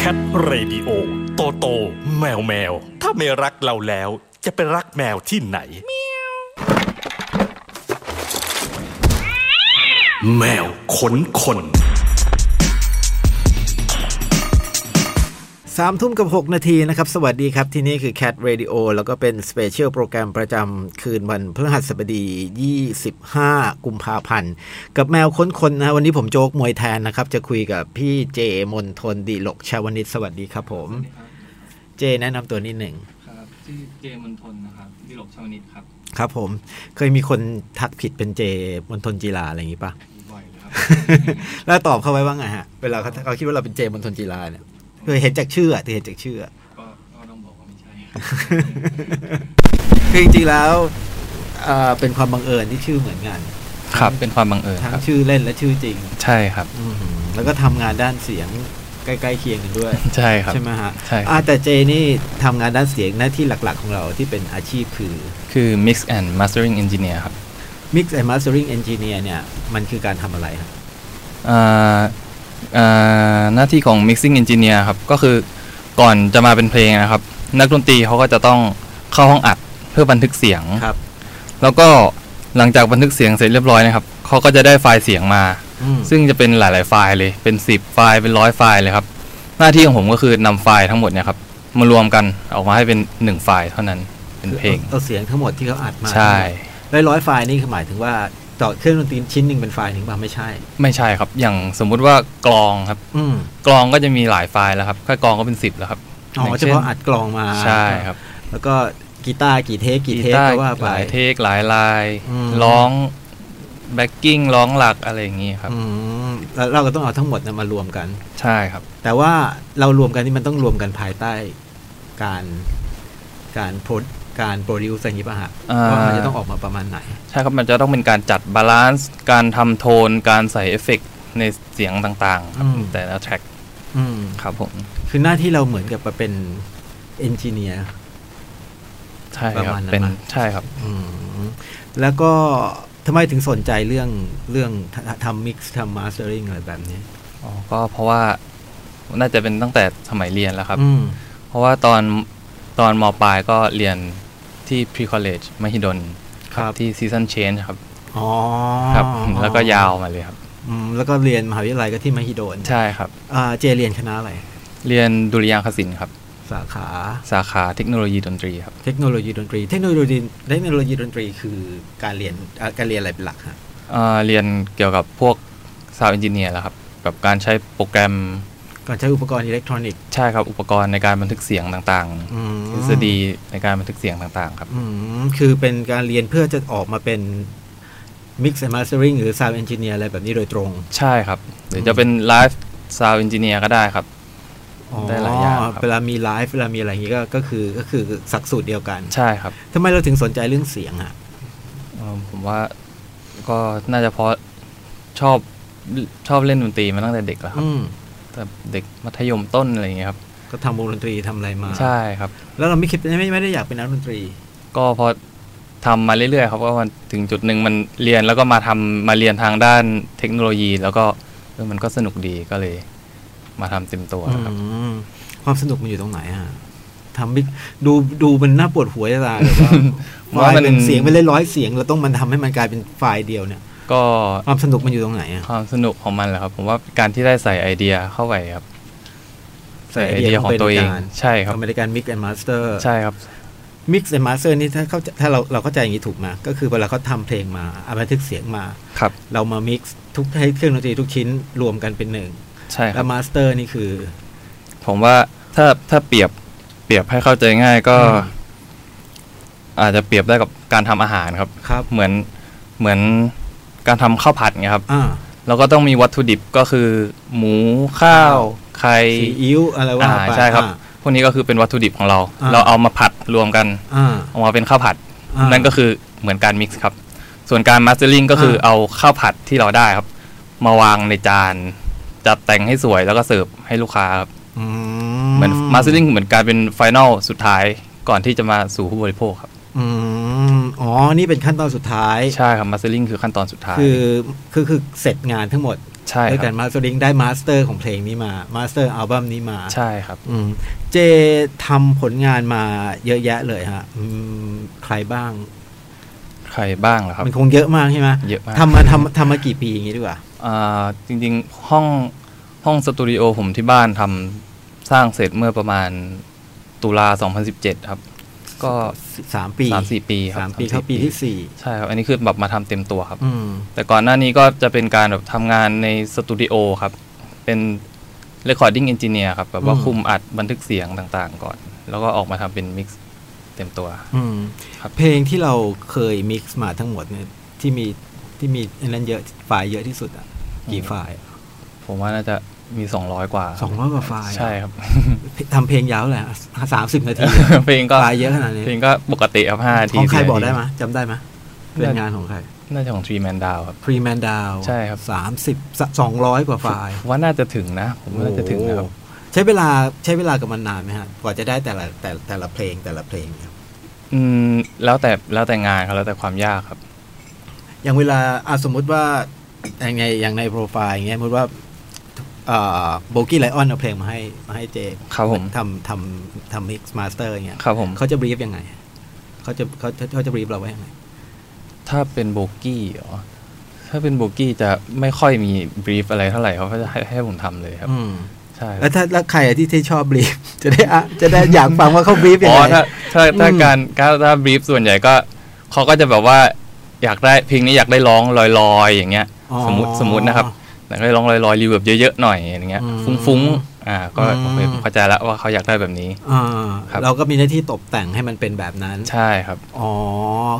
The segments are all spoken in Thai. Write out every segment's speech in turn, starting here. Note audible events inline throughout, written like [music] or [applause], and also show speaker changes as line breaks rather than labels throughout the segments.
Cat Radio โตโต แมวแมว ถ้าไม่รักเราแล้ว จะไปรักแมวที่ไหน แมวขนคน
สามทุ่มกับ 6 นาทีนะครับ สวัสดีครับ ที่นี่คือ Cat Radio แล้วก็เป็นสเปเชียลโปรแกรมประจำคืนวันพฤหัสบดี 25 กุมภาพันธ์ กับแมวค้นคนนะฮะวันนี้ผมโจ๊กมวยแทนนะครับ จะคุยกับพี่เจมนทนดีหลกชาวนิตสวัสดีครับผม เจแนะนำตัวนิดหนึ่ง
ครับชื่อเจมนทนนะครับดิลกชาวนิดครับ
ครับผมเคยมีคนทักผิดเป็นเจมนทนจีลาอะไรอย่างงี้ปะ
บ่อย
[laughs]
ครับ
แล้วตอบเขาไว้ว่าไงฮะเวลาเขาเขาคิดว่าเราเป็นเจมนทนจีลาเนี่ยคือเห็นจากชื่ออะคือเห็นจากชื่ออะ
ก็ก็ต้องบอกว่าไม่ใช่
คือจริงๆแล้วเอ่อเป็นความบังเอิญที่ชื่อเหมือนกัน
ครับเป็นความบังเอิญ
ทั้ง
ครับ
ชื่อเล่นและชื่อจริง
ใช่ครับ
แล้วก็ทำงานด้านเสียงใกล้ๆเคียงกันด้วย
ใช่ครับ
ใช่ไหมฮะ
ใช่ครับ
อ่าแต่เจนี่ทำงานด้านเสียงหน้าที่หลักๆของเราที่เป็นอาชีพคือ
คือ mix and mastering engineer ครับ
Mix and Mastering Engineer เนี่ย มันคือการทำอะไรครับ
อ่าอ่าหน้าที่ของ mixing engineer ครับ ก็คือก่อนจะมาเป็นเพลงนะครับ นักดนตรีเขาก็จะต้องเข้าห้องอัดเพื่อบันทึกเสียง
ครับ
แล้วก็หลังจากบันทึกเสียงเสร็จเรียบร้อยนะครับเขาก็จะได้ไฟล์เสียงมา ซึ่งจะเป็นหลาย ๆ ไฟล์เลย เป็น 10 ไฟล์ เป็นร้อยไฟล์เลยครับ หน้าที่ของผมก็คือนำไฟล์ทั้งหมดเนี่ยครับ มารวมกันออกมาให้เป็น 1 ไฟล์เท่านั้น เป็นเพลง
เอาเสียงทั้งหมดที่เขาอัดมา
ใช่
ได้ร้อยไฟล์นี่คือหมายถึงว่าต่อเครื่องดนตรีชิ้นหนึ่งเป็นไฟล์หนึ่งป่ะไม่ใช่
ไม่ใช่ครับ อย่างสมมุติว่ากลองครับ
อืม
กลองก็จะมีหลายไฟล์แล้วครับ ค่กลองก็เป็น 10 แล้วครับ
อ๋อเฉพาะอัดกลองมา
ใช่ครับ
แล้วก็กีตาร์กี่เทคกี่เทค
ตา
ก็ว่า
ห
ไป
ลายเทคหลายลาย
อืม
ร้อง แบ็กกิ้ง ร้องหลักอะไรอย่างนี้ครับ
อืมแล้วเราก็ต้องเอาทั้งหมดนะมารวมกัน
ใช่ครับ
แต่ว่าเรารวมกันนี่มันต้องรวมกันภายใต้การการโพสการโปรดิวซ์อย่างนี้ป่ะฮะ
อ่า
ว่ามันจะต้องออกมาประมาณไหน
ใช่ครับ มันจะต้องเป็นการจัดบาลานซ์ การทำโทน การใส่เอฟเฟกต์ในเสียงต่างๆครับ
อืม
แต่ละแทร็ก
อืม
ครับผม
คือหน้าที่เราเหมือนกับเป็นเอนจิเนียร์
ใช่ค
ประ
รับ
มาณนั้น
เป็น
มั้ย
ใช่ครับ
แล้วก็ทำไมถึงสนใจเรื่องเรื่องทำทำมิกซ์ทำมาสเตอริงอะไรแบบนี้
อ๋อ ก็เพราะว่าน่าจะเป็นตั้งแต่สมัยเรียนแล้วครับ
อืม
เพราะว่าตอนตอนมปลายก็เรียนที่ pre college มหิดล
ครับ
ที่ season change ครับ
อ๋อ
ครับ แล้วก็ยาวมาเลยครับ
อืมแล้วก็เรียนมหาวิทยาลัยก็ที่มหิดล
ใช่ครับ
อ่าเจเรียนคณะอะไร
เรียนดุริยางคศิลป์ครับ
สาขา
สาขาเทคโนโลยีดนตรีครับ
เทคโนโลยีดนตรี เทคโนโลยีเทคโนโลยีดนตรีคือการเรียนอ่ะการเรียนอะไรเป็นหลักฮะ
เอ่อเรียนเกี่ยวกับพวก sound engineer แหล้วครับ กับการใช้โปรแกรม
ก่อนใช้อุปกรณ์อิเล็กทรอนิกส์
ใช่ครับ อุปกรณ์ในการบันทึกเสียงต่าง
อืม
ๆทฤษฎีในการบันทึกเสียงต่างๆครับ
อืมคือเป็นการเรียนเพื่อจะออกมาเป็น Mix and Mastering หรือ Sound Engineer อะไรแบบนี้โดยตรง
ใช่ครับ หรือจะเป็น live sound engineer ก็ได้ครับ ได้หลายอย่างครับ
เวลามีไลฟ์เวลามีอะไรอย่างนี้ก็ก็คือก็คือสักสูตรเดียวกัน
ใช่ครับ
ทำไมเราถึงสนใจเรื่องเสียงอ่ะ
เอ่อผมว่าก็น่าจะเพราะชอบชอบเล่นดนตรีมาตั้งแต่เด็กแล้วครับ
อืม
แต่เด็กมัธยมต้นอะไรอย่างเงี้ยครับ
ก็ทำวงดนตรีทำอะไรมา
ใช่ครับ
แล้วเราไม่คิดไม่ไม่ได้อยากเป็นนักดนตรี
ก็พอทำมาเรื่อยๆครับก็มันถึงจุดหนึ่งมันเรียนแล้วก็มาทำมาเรียนทางด้านเทคโนโลยี แล้วก็เออมันก็สนุกดีก็เลย มาทำเต็มตัวครับ
อืมความสนุกมันอยู่ตรงไหนอะทำบิ๊กดูดูมันน่าปวดหัวจะตายแบบว่าไฟ
[laughs] ว่า
ล์
มัน
เป็นเสียงไปเลยร้อยเสียงเราต้องมันทำให้มันกลายเป็นไฟล์เดียวเนี่ย
ก็
ความสนุกมันอยู่ตรงไหนอะ
ความสนุกของมันแหละครับ ผมว่าการที่ได้ใส่ไอเดียเข้าไปครับ ใส่ไอเดียของตัวเองใช่ครับ
อเมริกันมิกแอนด์มาสเตอร์
ใช่ครับ
มิกแอนด์มาสเตอร์นี่ถ้าเข้าถ้าเราเราเข้าใจอย่างนี้ถูกไหมก็คือเวลาเขาทำเพลงมาเอาบันทึกเสียงมา
ครับ
เรามามิกซ์ทุกให้เครื่องดนตรีทุกชิ้นรวมกันเป็นหนึ่ง
ใช่ครั
แล้
บ
วมาสเตอร์นี่คือ
ผมว่าถ้าถ้าเปรียบเปรียบให้เข้าใจง่ายก็
อืม
อาจจะเปรียบได้กับการทำอาหารครับ
ครับ
เหมือนเหมือนการทำข้าวผัดเงี้ยครับ
อ่า
แล้วก็ต้องมีวัตถุดิบก็คือ หมูข้าวไข่
ซีอิ๊วอะไรว่า
อ่า
ไป
ใช่ครับ
อ่า
พวกนี้ก็คือเป็นวัตถุดิบของเรา
อ่า
เราเอามาผัดรวมกัน
อ่า
ออกมาเป็นข้าวผัด
อ่า
นั่นก็คือเหมือนการมิกซ์ครับ ส่วนการมาสเตอร์ลิงก็คืออา เอาข้าวผัดที่เราได้ครับ มาวางในจาน จัดแต่งให้สวยแล้วก็เสิร์ฟให้ลูกค้าครับ
ม
เหมือนมาสเตอร์ลิงเหมือนการเป็นไฟแนลสุดท้ายก่อนที่จะมาสู่ผู้บริโภคครับ
อืมอ๋อ นี่เป็นขั้นตอนสุดท้าย
ใช่ครับมาสเตอร์ลิงคือขั้นตอนสุดท้าย
คือ คือ คือ เสร็จงานทั้งหมด
ใช่
ด้วย
ค
กั
รั
น
บ
มาสเตอร์ลิงได้มาสเตอร์ของเพลงนี้มามาสเตอร์อัลบั้มนี้มา
ใช่ครับ
อืมเจทำผลงานมาเยอะแยะเลยฮะอืมใครบ้าง
ใครบ้างเหรอครับ
มันคงเยอะมากใช่ไหม
เยอะมาก
ทำมาทำทำมากี่ปีอย่างนี้ดีกว่า
อ่าจริงๆห้องห้องสตูดิโอผมที่บ้านทำสร้างเสร็จเมื่อประมาณตุลา 2017 ครับ ก็
สามปี
สามสี่ปีครับ
สามปี
สามสี่
เข้าปี
ปี
ที่สี่
ใช่ครับ อันนี้คือแบบมาทำเต็มตัวครับ
อืม
แต่ก่อนหน้านี้ก็จะเป็นการแบบทำงานในสตูดิโอครับ เป็น Recording Engineer ครับ แบบว่า
อืม
คุมอัดบันทึกเสียงต่างๆ ก่อน แล้วก็ออกมาทำเป็นมิกซ์เต็มตัว
อืม
ครับ
เพลงที่เราเคยมิกซ์มาทั้งหมดเนี่ยที่มีที่มีอันนั้นเยอะไฟล์เยอะที่สุดอ่ะกี่ไฟล์
ผมว่าน่าจะมี 200 กว่าค
ส
รั
อบ งร้อยกว่าไฟล์อะ
ใช่ครับ [laughs]
ทำเพลงยาวแหละสามสิบนาที
เพลงก็
ไฟล์เยอะขนาดนี้
เพลงก็ปกติครับห้าที
ของใคร
10นาที
บอกได้ไหมยจำได้ไหมย
ได้
เป็นงานของใคร
น่าจะของ Tree Man Down ครับ
ฟรีแมนดาว
ใช่ครับ
สามสิบสองร้อยกว่าไฟล์
ว่าน่าจะถึงนะ ผมว่าน่าจะถึงนะครับ
โอ้ใช้เวลาใช้เวลากับมันนานไหมฮะกว่าจะได้แต่ละแต่แต่ละเพลงแต่ละเพลงเนี่ย
อืมแล้วแต่แล้วแต่งานครับแล้วแต่ความยากครับ
อย่างเวลาอาสมมุติว่าอย่างในอย่างในโปรไฟล์อย่างเงี้ยสมมติว่าโบกี้ไลออนเอาเพลงมาให้มาให้เจ
ครับผม
ทำทำทำมิกซ์มาสเตอร์อย่างเงี้ย
ครับผม
เขาจะบรีฟยังไงเขาจะเขาจะเขาจะบรีฟเราไว้ยังไง
ถ้าเป็นโบกี้เหรอถ้าเป็นโบกี้จะไม่ค่อยมีบรีฟอะไรเท่าไหร่เขาก็จะให้ให้ผมทำเลยครับ
อืม
ใช่ครับ
แล้วถ้าแล้วใครอะที่ที่ชอบบรีฟ [laughs] จะได้อะจะได้อยากฟังว่าเขาบรีฟยั
อ๋
ง
อ
ไง
ถ้าถ้าถ้า
อืม
การถ้าถ้าบรีฟส่วนใหญ่ก็เขาก็จะแบบว่าอยากได้เพลงนี้อยากได้ร้องลอยๆ อย่างเงี้ย
อ๋อ
สมมติสมมตินะครับอยากได้ร้องลอยๆรีเวิร์บเยอะๆหน่อยอย่างเงี้ย
อืม
ฟุ้งๆอ่าก็
อืม
ผมเข้าใจละว่าเขาอยากได้แบบนี้
อ่า
ครับ
เราก็มีหน้าที่ตกแต่งให้มันเป็นแบบนั้น
ใช่ครับ
อ๋อ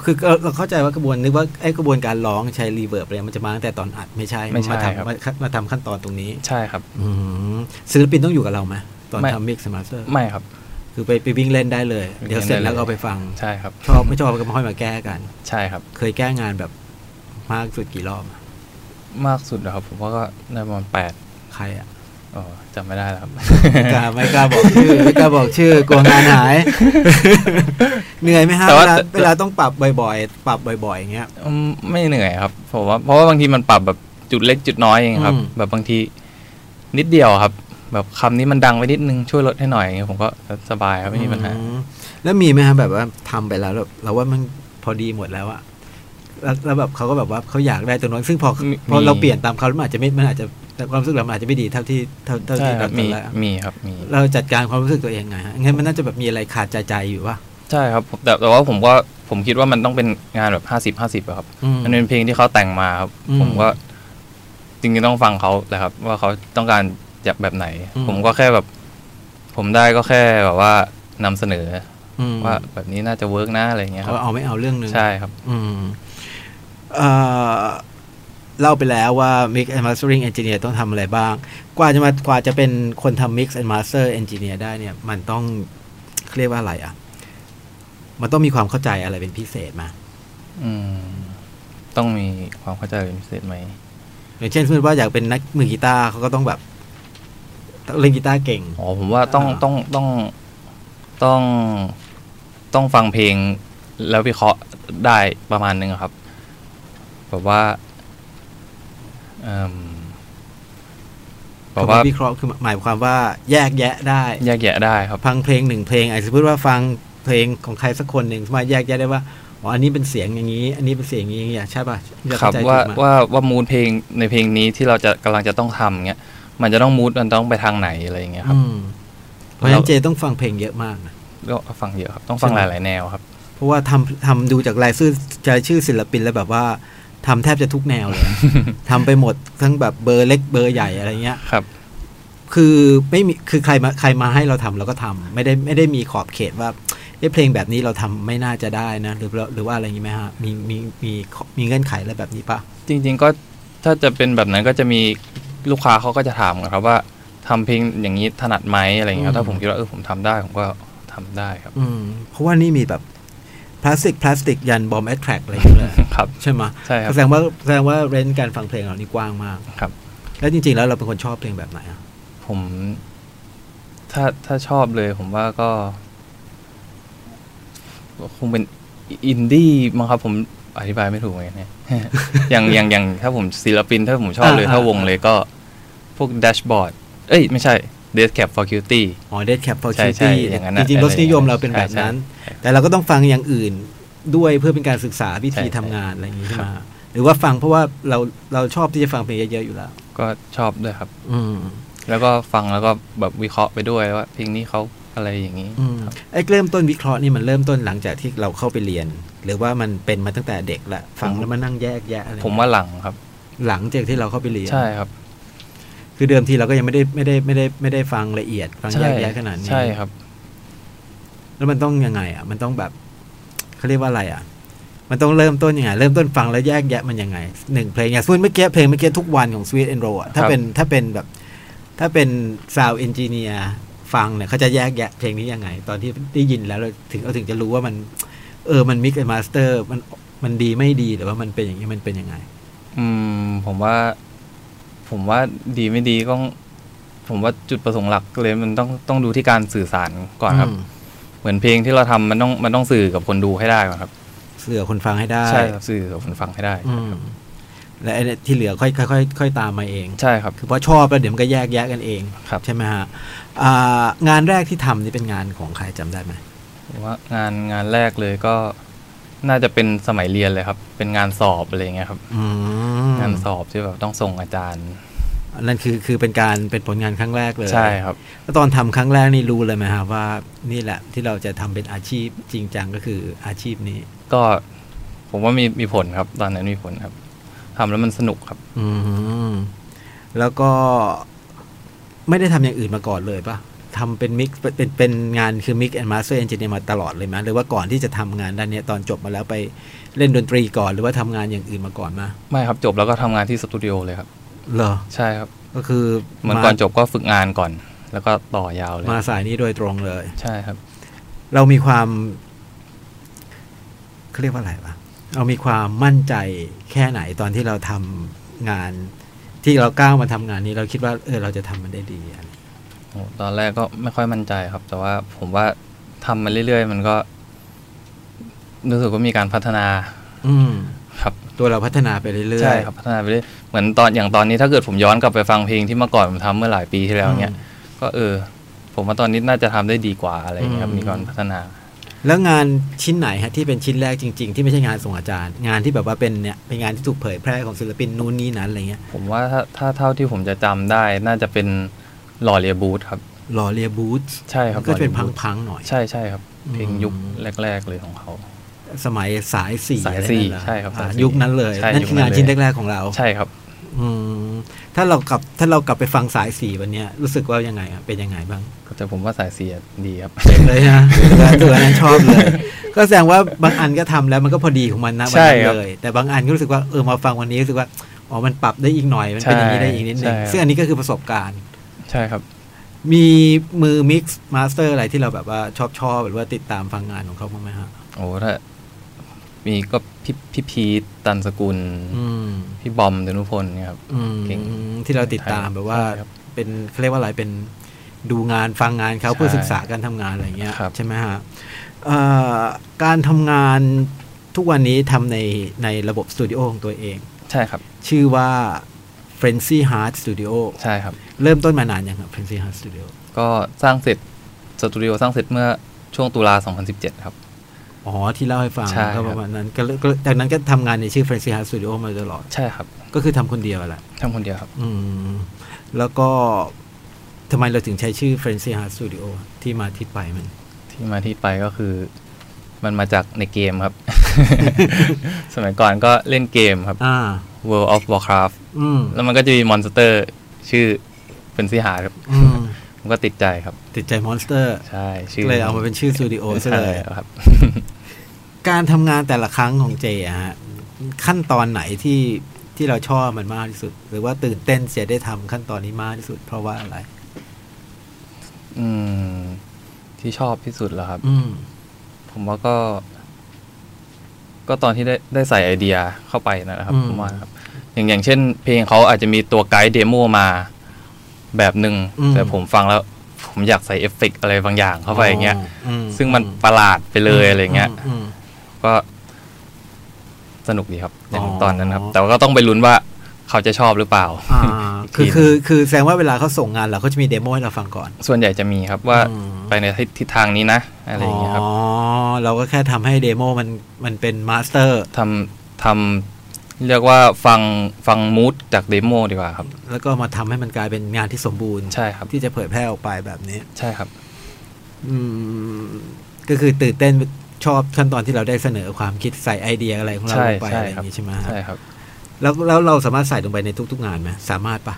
คือก็เราเข้าใจว่ากระบวนนึกว่าไอ้กระบวนการร้องใช้รีเวิร์บอะไรมันจะมาตั้งแต่ตอนอัดไม่ใช่
ไม่ใช่
มา
ครับ
ทำมามาทำขั้นตอนตรงนี้
ใช่ครับ
อืมศิลปินต้องอยู่กับเราไหมตอน
ไม่
ทำมิกซ์มาสเตอร์
ไม่ครับ
คือไปไปวิ่งเล่นได้เลย
วิ่งเล่นได้เลย
เดี๋ยวเสร็จแล้วก็เอาไปฟัง
ใช่ครับ
ชอบไม่ชอบก็มาค่อยมาแก้กัน
ใช่ครับ
เคยแก้งานแบบมากสุดกี่รอบอะ
มากสุดนะครับ ผมว่าก็ได้ประมาณแปด
ใครอ่ะ
อ๋อจำไม่ได้แล้วครับ
ไม่กล้าไม่กล้าบอกชื่อไม่กล้าบอกชื่อกลัวงานหาย [laughs] เหนื่อยไหมฮะ
แต่
เว
ว่า
ลา
แต่
เวลาต้องปรับบ่อยๆ ปรับบ่อยๆอย่างเงี้ย
อืมไม่เหนื่อยครับผมว่าเพราะว่าบางทีมันปรับแบบจุดเล็กจุดน้อยเองครับ
อืม
แบบบางทีนิดเดียวครับ แบบคำนี้มันดังไปนิดนึงช่วยลดให้หน่อยอย่างเงี้ยผมก็สบายครับไม่มีปัญหา
อืมแล้วมีไหมฮะแบบว่าทำไปแล้วแล้วเราว่ามันพอดีหมดแล้วอะแล้วแล้วแบบเขาก็แบบว่าเขาอยากได้ตัวนั้นซึ่งพอพอเราเปลี่ยนตามเขามันอาจจะไม่มันอาจจะแต่ความรู้สึกเรามันอาจจะไม่ดีเท่าที่เท่าเท่า
ใช่
ที่
ครั
เรา
บมี
ทำแล้ว
มีครับมี
เราจัดการความรู้สึกตัวเองไงฮะงั้นมันน่าจะแบบมีอะไรขาดใจใจอยู่วะ
ใช่ครับผมแต่แต่ว่าผมก็ผมคิดว่ามันต้องเป็นงานแบบห้าสิบห้าสิบครับ
อืม
มันเป็นเพลงที่เขาแต่งมาครับ
อืม
ผมก็จริงๆต้องฟังเขาแหละครับ ว่าเขาต้องการจากแบบไหน
อืม
ผมก็แค่แบบ ผมได้ก็แค่แบบว่านำเสนอ
อืม
อว่าแบบนี้น่าจะเวิร์กนะอะไรอย่างเงี้ยครับ
ว่าเอาไม่เอาเรื่องหนึ่ง
ใช่ครับ
อืมเอ่อเล่าไปแล้วว่า Mix and Mastering Engineer ต้องทำอะไรบ้าง กว่าจะมากว่าจะเป็นคนทำ Mix and Master Engineer ได้เนี่ย มันต้องเรียกว่าอะไรอ่ะ มันต้องมีความเข้าใจอะไรเป็นพิเศษมา
อืม ต้องมีความเข้าใจเป็นพิเศษไหม
อย่างเช่นสมมติว่าอยากเป็นนักมือกีตาร์เขาก็ต้องแบบต้องเล่นกีตาร์เก่ง
อ๋อผมว่าต้อง
อ่า
ต้องต้องต้องต้องฟังเพลงแล้ววิเคราะห์ได้ประมาณนึงอะครับ แบบว่าเอิ่มแบบว่า
คำวิเคราะห์คือหมายความว่าแยกแยะได้
แยกแยะได้ครับ
ฟังเพลงหนึ่งเพลงอาจจะพูดว่าฟังเพลงของใครสักคนหนึ่งสามารถแยกแยะได้ว่าอ๋ออันนี้เป็นเสียงอย่างนี้ อันนี้เป็นเสียงอย่างนี้อย่างนี้ใช่ป่ะจะ
ครับ
เข้าใจถู
ว่าก
ไหม
ว่าว่ามูดเพลงในเพลงนี้ที่เราจะกำลังจะต้องทำเงี้ย มันจะต้องมูดมันต้องไปทางไหนอะไรอย่างเงี้ยครั
อื
บ
มเพราะฉะนั้น
เรา
เจต้องฟังเพลงเยอะมากนะ
ก็ฟังเยอะครับ ต้องฟังหลาย ๆ แนวครับ
เพราะว่าทำทำดูจากรายชื่อรายชื่อศิลปินแล้วแบบว่าทำแทบจะทุกแนวเลย
[laughs]
ทำไปหมดทั้งแบบเบอร์เล็กเบอร์ใหญ่อะไรเงี้ย
ครับ
คือไม่มีคือใครมาใครมาให้เราทำเราก็ทำไม่ได้ไม่ได้มีขอบเขตว่าเอ้เพลงแบบนี้เราทำไม่น่าจะได้นะ หรือหรือว่าอะไรอย่างงี้ไหมฮะมีมีมีมีเงื่อนไขอะไรแบบนี้ปะ
จริง ๆ ก็ถ้าจะเป็นแบบนั้นก็จะมีลูกค้าเขาก็จะถามกันครับว่าทำเพลงอย่างนี้ถนัดไหมอะไรอย่างเงี้ยครั
อืม
บถ้าผมคิดว่าเออผมทำได้ผมก็ทำได้ครับ
อืมเพราะว่านี่มีแบบพลาสติกพลาสติกยันบอมแอ t แทรกอะไรอย่างเงี้ยเลย
ครับ
ใช่ไหม
ใช่ครับ
แสดงว่าแสดงว่าเรนจ์การฟังเพลงเรานี่กว้างมาก
ครับ
แล้วจริง ๆ แล้วเราเป็นคนชอบเพลงแบบไหนอ่ะ
ผมถ้าถ้าชอบเลย ผมว่าก็คงเป็นอินดี้มั้งครับ ผม อธิบายไม่ถูกไงเนี่ย [laughs] อย่างอย่างอย่างถ้าผมศิลปินถ้าผมชอบเลย
อ่า
ถ้าวงเลยก็ พวกแดชบอร์ดเอ้ย ไม่ใช่ Death Cap for Cutie
อ๋อ d e a d Cap for
ใช่
Cutie
ใช่อย่างนั้น
จ
น่ะ
ริงๆรสนิยมเรา
อะไรอย่างนั้น
เป็นแบบนั้น
ใช่ใช่
แต่เราก็ต้องฟังอย่างอื่นด้วยเพื่อเป็นการศึกษาวิธี
ใช่ใช่
ทำงานอะไรอย่างนี้ใช่ไหมหรือว่าฟังเพราะว่าเราเราชอบที่จะฟังเพลงเยอะๆอยู่แล้ว
ก็ชอบด้วยครับ
อืม
แล้วก็ฟังแล้วก็แบบวิเคราะห์ไปด้วยว่าเพลงนี้เขาอะไรอย่างนี้
อืมไอ้เริ่มต้นวิเคราะห์นี่มันเริ่มต้นหลังจากที่เราเข้าไปเรียน หรือว่ามันเป็นมาตั้งแต่เด็กละฟัง
ผม
แล้วมานั่งแยกแยะอะไร
ผมว่าหลังครับ
หลังจากที่เราเข้าไปเรียน
ใช่ครับ
คือเดิมทีเราก็ยังไม่ได้ไม่ได้ไม่ได้ไม่ได้ฟังละเอียดฟังแย
ใช่
กแยะขนาดนี้
ใช่ครับ
แล้วมันต้องยังไงอ่ะมันต้องแบบเขาเรียกว่าอะไรอ่ะ มันต้องเริ่มต้นยังไงเริ่มต้นฟังแล้วแยกแยะมันยังไงหนึ่งเพลงอย่างสมมติเมื่อกี้เพลงเมื่อกี้ทุกวันของ Sweet and Roll อะถ้า
ครับ
เป็นถ้าเป็นแบบถ้าเป็นซาวเอนจิเนียร์ฟังเนี่ยเขาจะแยกแยะเพลงนี้ยังไง ตอนที่ได้ยินแล้วเราถึงเราถึงจะรู้ว่ามัน เออมันมิกซ์มาสเตอร์มันมันดีไม่ดีหรือว่ามันเป็นอย่างนี้มันเป็นยังไง
อืมผมว่า ผมว่าดีไม่ดีก็ผมว่าจุดประสงค์หลักเลยมันต้องต้องดูที่การสื่อสารก่อนครับ
ม
เหมือนเพลงที่เราทำมันต้องมันต้องสื่อกับคนดูให้ได้ก่อนครับ
เสือคนฟังให้ได้
ใช่ครับสื่อกับคนฟังให้ได้
อืมและไอ้เนี่ยที่เหลือค่อยค่อยค่อยค่อยตามมาเอง
ใช่ครับ
คือพอชอบแล้วเดี๋ยวมันก็แยกแยะกันเอง
ครับ
ใช่ไหมฮะอ่างานแรกที่ทำนี่เป็นงานของใครจำได้ไหม
ผมว่างานงานแรกเลยก็น่าจะเป็นสมัยเรียนเลยครับ เป็นงานสอบอะไรอย่างเงี้ยครับ
อืม
งานสอบที่แบบต้องส่งอาจารย์
อันนั่นคือคือเป็นการเป็นผลงานครั้งแรกเลย
ใช่ครับ
แล้วตอนทำครั้งแรกนี่รู้เลยไหมฮะว่านี่แหละที่เราจะทำเป็นอาชีพจริงจังก็คืออาชีพนี้
ก็ผมว่ามีมีผลครับ ตอนนั้นมีผลครับทำแล้วมันสนุกครับ
อืมแล้วก็ไม่ได้ทำอย่างอื่นมาก่อนเลยปะทำเป็นมิกเป็นเป็นงานคือมิกแอนมาสเตอร์เอนจิเนียร์มาตลอดเลยไหมหรือว่าก่อนที่จะทำงานด้านเนี้ยตอนจบมาแล้วไปเล่นดนตรีก่อนหรือว่าทำงานอย่างอื่นมาก่อนมา
ไม่ครับจบแล้วก็ทำงานที่สตูดิโอเลยครับ
เหรอ
ใช่ครับ
ก็คือ
เหมือนก่อนจบก็ฝึกงานก่อน แล้วก็ต่อยาวเลย
มาสายนี้โดยตรงเลย
ใช่ครับ
เรามีความเขาเรียกว่าอะไรวะเรามีความมั่นใจแค่ไหนตอนที่เราทำงาน ที่เราก้าวมาทำงานนี้ เราคิดว่าเออเราจะทำมันได้ดีอะไร
โอ้ตอนแรกก็ไม่ค่อยมั่นใจครับ แต่ว่าผมว่าทำมาเรื่อยๆ มันก็รู้สึกว่ามีการพัฒนา
อืม
ครับ
ตัวเราพัฒนาไปเรื่อยๆ
ใช่ครับพัฒนาไปเรื่อยเหมือนตอนอย่างตอนนี้ถ้าเกิดผมย้อนกลับไปฟังเพลงที่เมื่อก่อนผมทำเมื่อหลายปีที่แล้วเนี่ย
อืม
ก็เออ ผมว่าตอนนี้น่าจะทำได้ดีกว่าอะไรอย่างเงี้ยครับ
อืม
มีการพัฒนา
แล้วงานชิ้นไหนฮะที่เป็นชิ้นแรกจริง ๆ ที่ไม่ใช่งานส่งอาจารย์ งานที่แบบว่าเป็นเนี่ยเป็นงานที่ถูกเผยแพร่ของศิลปินนู้นนี้นั้นอะไรเงี้ย
ผมว่าถ้าถ้าเท่าที่ผมจะจำได้ น่าจะเป็นหล่อเรียบูธครับ
ลอเรียบูธ
ใช่ครับ
ก็จะเป็น
Lawyer Booth
พังๆหน่อย
ใช่ใช่ครับ เพลง
อืม
ยุคแรก ๆ เลยของเขา
สมัยสายสี่
สาย
อะไร
สี่
นั่นเหรอ
ใช่ครับ
อ่า
สายสี่
ยุคนั้นเลย
ใช่
นั่น
ยุค
คือ
นั้น
งานชิ้น
เลย
แรกๆของเรา
ใช่ครับ
อืมถ้าเรากลับถ้าเรากลับไปฟังสายสี่วันเนี้ยรู้สึกว่ายังไงอะเป็นยังไงบ้าง
แต่ผมว่าสายเสียดี
[laughs]
ครับ
เลยนะตัวนั้นชอบเลย ก็แสดงว่าบางอันก็ทำแล้วมันก็พอดีของมันนะวัน
ใช่
นั้น
ครับ
เลย แต่บางอันก็รู้สึกว่าเออมาฟังวันนี้รู้สึกว่าอ๋อมันปรับได้อีกหน่อยมันเป็นอย่างนี้ได้อีกนิดนึง
ใช่
ซึ่งอันนี้ก็คือประสบการณ์
ใช่ครับ
มีมือมิกซ์มาสเตอร์อะไรที่เราแบบว่าชอบชอบหรือว่าติดตามฟังงานของเขาบ้างไหมฮะ
โอ้ถ้ามีก็พี่พี่พีทตันสกุล
อืม
พี่บอมเดนุพลเนี่ยครับ
อืม
เก่ง
ที่เราติดตามแบบว่า
ใช่ครับ
เป็นเขาเรียกว่าอะไรเป็นดูงานฟังงานเขาเพื่อ
ใช่
ศึกษาการทำงานอะไรอย่างเงี้ย
ครับ
ใช่ไหมฮะเอ่อการทำงานทุกวันนี้ทำในในระบบสตูดิโอของตัวเอง
ใช่ครับ
ชื่อว่า f r e n z y Heart Studio
ใช่ครับ
เริ่มต้นมานานยังครับ f r e n z y Heart Studio
ก็สร้างเสร็จสตูดิโอสร้างเสร็จเมื่อช่วงตุลา 2017 ครับ
อ๋อ ที่เล่าให้ฟัง
ใช่ครับ
ก็ประมาณนั้นก็ก็จากนั้นก็ทำงานในชื่อ f r e n z y Heart Studio มาตลอด
ใช่ครับ
ก็คือทำคนเดียวแหละ
ทำคนเดียวครับ
อืม แล้วก็ทำไมเราถึงใช้ชื่อ f r e n z y Heart Studio ที่มาที่ไปมัน
ที่มาที่ไปก็คือ มันมาจากในเกม
[laughs]
ครับ สมัยก่อนก็เล่นเกมครับ
อ่า
World of Warcraft
อืม
แล้วมันก็จะมีมอนสเตอร์ชื่อเป็นสีหาครับ
อืม
ผมก็ติดใจครับ
ติดใจมอนสเตอร์
ใช่ ชื่อ
เลยเอามาเป็นชื่อสตูดิโอซะ
ใช่
เลย
ครับ
การทำงานแต่ละครั้งของเจอะฮะขั้นตอนไหนที่ที่เราชอบมันมากที่สุด หรือว่าตื่นเต้นเสียได้ทำขั้นตอนนี้มากที่สุด เพราะว่าอะไร
อืม ที่ชอบที่สุดแล้วครับ
อืม
ผมว่าก็ ก็ตอนที่ได้ได้ใส่ไอเดียเข้าไปนนแหละครับ
อืม
ผมว่าครับ อย่างอย่างเช่น เพลงเขาอาจจะมีตัวไกด์เดโมมา แบบหนึ่งแต่ผมฟังแล้ว ผมอยากใส่เอฟเฟกต์อะไรบางอย่างเข้าไปอย่างเงี้ย
อื
ซึ่งมันประหลาดไปเลยอะไรเงี้ย
อืม
ก็ ใ สนุกดีครับอย่าง
อ๋อ
ตอนนั้นครับ แต่ว่าก็ต้องไปลุ้นว่าเขาจะชอบหรือเปล่า
อ่าคือ
อีกที
คือคือแสดงว่าเวลาเขาส่งงานเราเขาจะมีเดโมให้เราฟังก่อน
ส่วนใหญ่จะมีครับว่า
อืม
ไปในทิศทิศทางนี้นะ อะไรอย่างเงี้ยครับ
อ๋อเราก็แค่ทำให้เดโมมันมันเป็นมาสเตอร์
ทำทำเรียกว่าฟังฟังมูดจากเดโมดีกว่าครับ
แล้วก็มาทำให้มันกลายเป็นงานที่สมบูรณ์
ใช่ครับ
ที่จะเผยแพร่ออกไปแบบนี้
ใช่ครับ
อืมก็คือตื่นเต้นชอบขั้นตอนที่เราได้เสนอความคิดใส่ไอเดียอะไรของเรา
ใช่
ลงไป
ใช่
อะไรอ
ค
ย่า
รั
ง
บ
นี้ใช่ไหมฮะ
ใช่ครับ
แล้วแล้วเราสามารถใส่ลงไปในทุก ๆ งานไหมสามารถปะ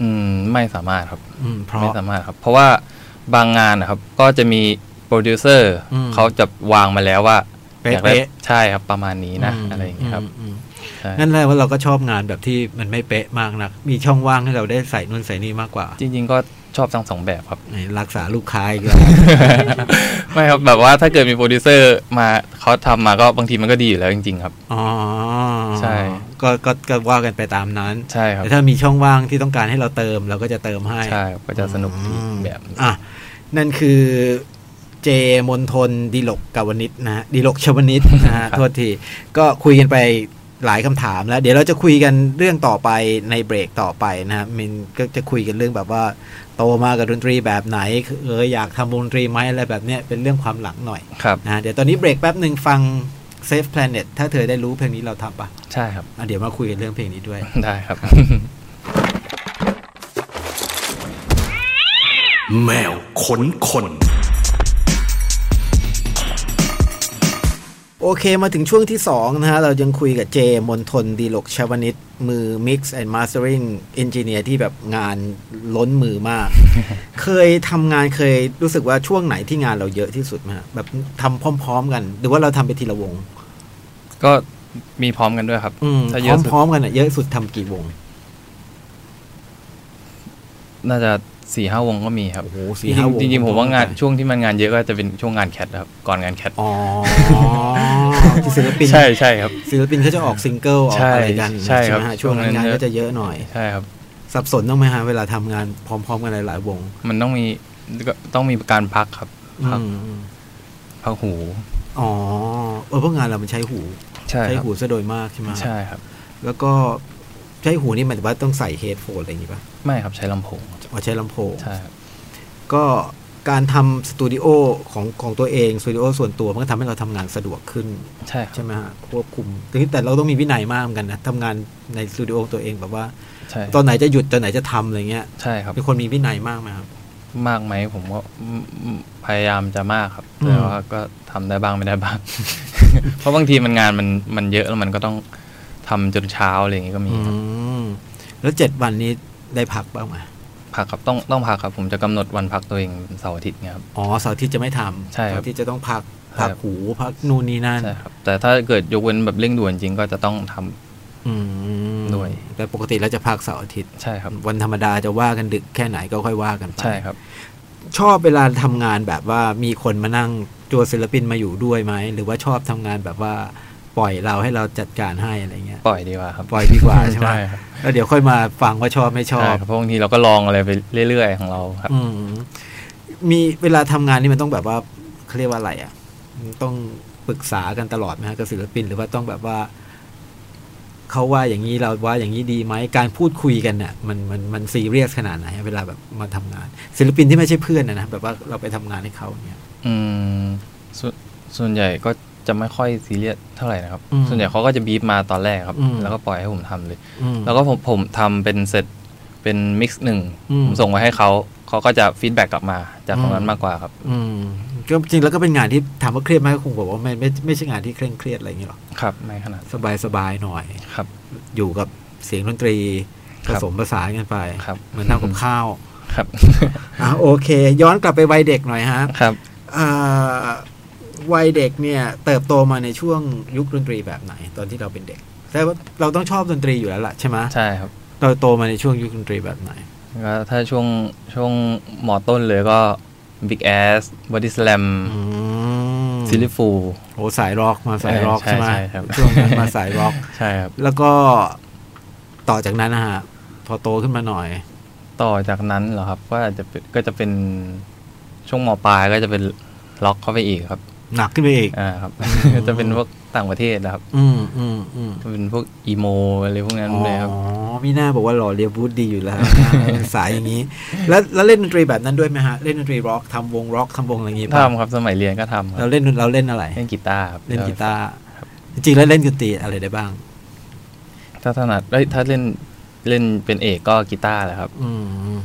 อืมไม่สามารถครับ
อืมเพราะ
ไม่สามารถครับ เพราะว่าบางงานนะครับ ก็จะมีโปรดิวเซอร์
อืม
เขาจะวางมาแล้วว่า
เป๊ะ
อยากได้
เป๊ะ
ใช่ครับประมาณนี้นะ
ม
อะไรอย่างเงี้ยครับ
อืม
ใช่
งั้นแปลว่าเราก็ชอบงานแบบที่มันไม่เป๊ะมากนัก มีช่องว่างให้เราได้ใส่นู่นใส่นี่มากกว่า
จริง ๆ ก็ชอบทั้งสองแบบครับ
ไหนรักษาลูกค้าอีกแล้ว
[laughs] ไม่ครับแบบว่าถ้าเกิดมีโปรดิวเซอร์มาเขาทำมาก็บางทีมันก็ดีอยู่แล้วจริง ๆ ครับ
อ๋อ
ใช่
ก็ก็ก็ว่ากันไปตามนั้น
ใช่ครับ
แต่ถ้ามีช่องว่างที่ต้องการให้เราเติมเราก็จะเติมให้
ใช่ครับก็จะสนุกดี
อืม
แบบนี้
อ่ะ นั่นคือเจมนทนดีลกกาวนิตนะฮะดีลกชวนิตนะฮะ โทษที ก็คุยกันไปหลายคำถามแล้ว เดี๋ยวเราจะคุยกันเรื่องต่อไปในเบรกต่อไปนะฮะมินก็จะคุยกันเรื่องแบบว่า โตมากับดนตรีแบบไหนเอออยากทำวงดนตรีไหมอะไรแบบเนี้ยเป็นเรื่องความหลังหน่อย
ครับ
นะเดี๋ยวตอนนี้เบรกแป๊บหนึ่งฟัง Safe Planet ถ้าเธอได้รู้เพลงนี้เราทำปะ
ใช่ครับ [laughs]
อ่ะเดี๋ยวมาคุยกันเรื่องเพลงนี้ด้วย
ได้
[laughs]
ครับ
แมวขนคน
โอเคมาถึงช่วงที่ 2 นะฮะ เรายังคุยกับเจ มนทนดีลกชาวนิตมือ Mix and Mastering Engineer ที่แบบงานล้นมือ [laughs] มาก เคยทำงานเคยรู้สึกว่าช่วงไหนที่งานเราเยอะที่สุดไหมาแบบทำพร้อม ๆ กัน หรือว่าเราทำไปทีละวง
ก็มีพร้อมกันด้วยครับ
อืม
ถ้าเยอะสุด
พร้อมๆกันอะเยอะสุดทำกี่วง
น่าจะสี่ห้าวงก็มีครับ
โอ้โห
จ
สี่ห้าวง
ริงๆจริงๆผมว่างาน
พร้อๆกั
ช่วงที่มันงานเยอะก็จะเป็นช่วงงานแคทครับก่อนงานแคท
[laughs] อ๋อที่ศิลปิน
ใช่ใช่ครับ
ศิลปินเขาจะออกซิงเกิลออก
ใช่
อะไรกัน
ใช่ครับ
ไหมฮะ
ช่
ช่ว
ว
ง
ง
นั้น
นั้น
งาน
เยอะ
ก็จะเยอะหน่อย
ใช่ครับ
สับสนต้องไหมฮะเวลาทำงานพร้อม ๆ กันหลาย ๆ วง
มันต้องมีก็ต้องมีการพักครับ พัก
อืม
พักหู
อ๋อเออเพวกงานเรามันใช้หู
ใช่
ใช้
ครับ
หูซะโดยมากใช่ไหมฮะ
ใช่ครับ
แล้วก็ใช้หูนี่หมายถึงว่าต้องใส่เฮดโฟนอะไรอย่างนี้ป่ะ
ไม่ครับใช้ลำโพง
อ๋อใช้ลำโพง
ใช่ครับ
ก็การทำสตูดิโอของของตัวเองสตูดิโอส่วนตัวมันก็ทำให้เราทำงานสะดวกขึ้น
ใช่ครับ
ใช่ไหมฮะควบคุมแต่แต่เราต้องมีวินัยมากเหมือนกันนะทำงานในสตูดิโอของตัวเองแบบว่า
ใช่
ตอนไหนจะหยุดตอนไหนจะทำอะไรเงี้ย
ใช่ครับ
เป็นคนมีวินัยมากไหมครับ
มากไหมผมก็อืมอืมพยายามจะมากครับ
อืม
แต่ว่าก็ทำได้บ้างไม่ได้บ้าง [laughs] เพราะบางทีมันงานมันมันเยอะแล้วมันก็ต้องทำจนเช้าอะไรอย่างงี้ก็มี
อื
ครับ
มแล้วเจ็ดวันนี้ได้พักบ้างไหม
พักครับต้องต้องพักครับผมจะกำหนดวันพักตัวเองเป็นเสาร์อาทิตย์เนี่ยครับ
อ๋อเสาร์อาที่จะไม่ทำ
ใช่ครับ
เสาร์อาที่จะต้องพัก
ใช่
พัก
ครับ
หูพักนู่นนี่นั่น
ใช่ครับแต่ถ้าเกิดยกเว้นแบบเร่งด่วนจริงก็จะต้องทำ
อืม
ด้วย
แต่ปกติแล้วจะพักเสาร์อาทิตย์
ใช่ครับ
วันธรรมดาจะว่ากันดึกแค่ไหนก็ค่อยว่ากันไป
ใช่ครับ
ชอบเวลาทำงานแบบว่ามีคนมานั่งจัวศิลปินมาอยู่ด้วยไหม หรือว่าชอบทำงานแบบว่าปล่อยเราให้เราจัดการให้อะไรเงี้ย
ปล่อยดีกว่าครับ
ปล่อยดีกว่าใช่ไหม
ด้ครับ
แล้วเดี๋ยวค่อยมาฟังว่าชอบไม่ชอ
ใช่
บ
ครับเพราะบางทีเราก็ลองอะไรไปเรื่อยๆของเราครับ
อืมมีเวลาทำงานนี่มันต้องแบบว่าเขาเรียกว่าอะไรอ่ะมันต้องปรึกษากันตลอดไหมฮะกับศิลปิน หรือว่าต้องแบบว่าเขาว่าอย่างนี้เราว่าอย่างนี้ดีไหมการพูดคุยกันเนี่ยมันมันมันซีเรียสขนาดไหนฮะเวลาแบบมาทำงาน ศิลปินที่ไม่ใช่เพื่อนนะนะแบบว่าเราไปทำงานให้เขาอย่างเนี่ย
อืมสวนส่วนใหญ่ก็จะไม่ค่อยซีเรียสเท่าไหร่นะครับ
อืม
ส่วนใหญ่เขาก็จะบีบมาตอนแรกครับ
อืม
แล้วก็ปล่อยให้ผมทำเลย
อืม
แล้วก็ผมผมทำเป็นเสร็จเป็นมิกซ์หนึ่ง
อืม
ผมส่งไว้ให้เขาเขาก็จะฟีดแบ็กกลับมา จากตรงนั้
อื
น
ม
มากกว่าครับ
อืมก็จริงแล้วก็เป็นงานที่ถามว่าเครียดไหมก็คงบอกว่าไม่ไม่ไม่ใช่งานที่เคร่งเครียดอะไรอย่างเงี้ยหรอก
ครับไม่ขนาด
สบายสบายๆหน่อย
ครับ
อยู่กับเสียงดนตรีผ
ครับ
สมผสานกันไป
ครับ
เหมือนทำกับข้าว
ครับ [laughs]
อ่ะโอเค ย้อนกลับไปวัยเด็กหน่อยฮะ
ครับ
อ่าวัยเด็กเนี่ย เติบโตมาในช่วงยุคดนตรีแบบไหน ตอนที่เราเป็นเด็ก แต่ว่าเราต้องชอบดนตรีอยู่แล้วล่ะใช่ไหม
ใช่ครับ
เราโตมาในช่วงยุคดนตรีแบบไหน
แล้วถ้าช่วงช่วงมอต้นเลยก็ Big Ass Body Slam
อืม
ซิลิฟู
โอ้สายร็อกมาสายร็อก
ใช่
ใช่ไหม
ใช่ครับ
ช่วงนั้นมาสายร็อก
ใช่ครับ
แล้วก็ต่อจากนั้นนะฮะ พอโตขึ้นมาหน่อย
ต่อจากนั้นเหรอครับก็อาจจะเป็นก็จะเป็นช่วงมปลายก็จะเป็นล็อกเข้าไปอีกครับ
หนักขึ้นไปอีก
อ่าครับ [laughs] จะเป็นพวกต่างประเทศนะครับ
อืมอืมอืม
จะเป็นพวกอีโมอะไรพวกนั้นเลยครับ
อ๋อมีหน้าบอกว่าหล่อเรียบวูดดีอยู่แล้ว
[laughs]
เป็นสายอย่างนี้ แล้วแล้วเล่นดนตรีแบบนั้นด้วยไหมฮะ เล่นดนตรีร็อกทำวงร็อกทำวงอะไรอย่างงี้ป่ะ
ทำครับสมัยเรียนก็ทำค
เรา
รับ
เล่นเราเล่นอะไร
เล่นกีตาร์ครับ
เล่นกีตาร์จริงๆแล้วเล่นดนตรีอะไรได้บ้าง
ถ้าถนัดเอ้ยถ้าเล่นเล่นเป็นเอกก็กีตาร์แหละครับ
อืม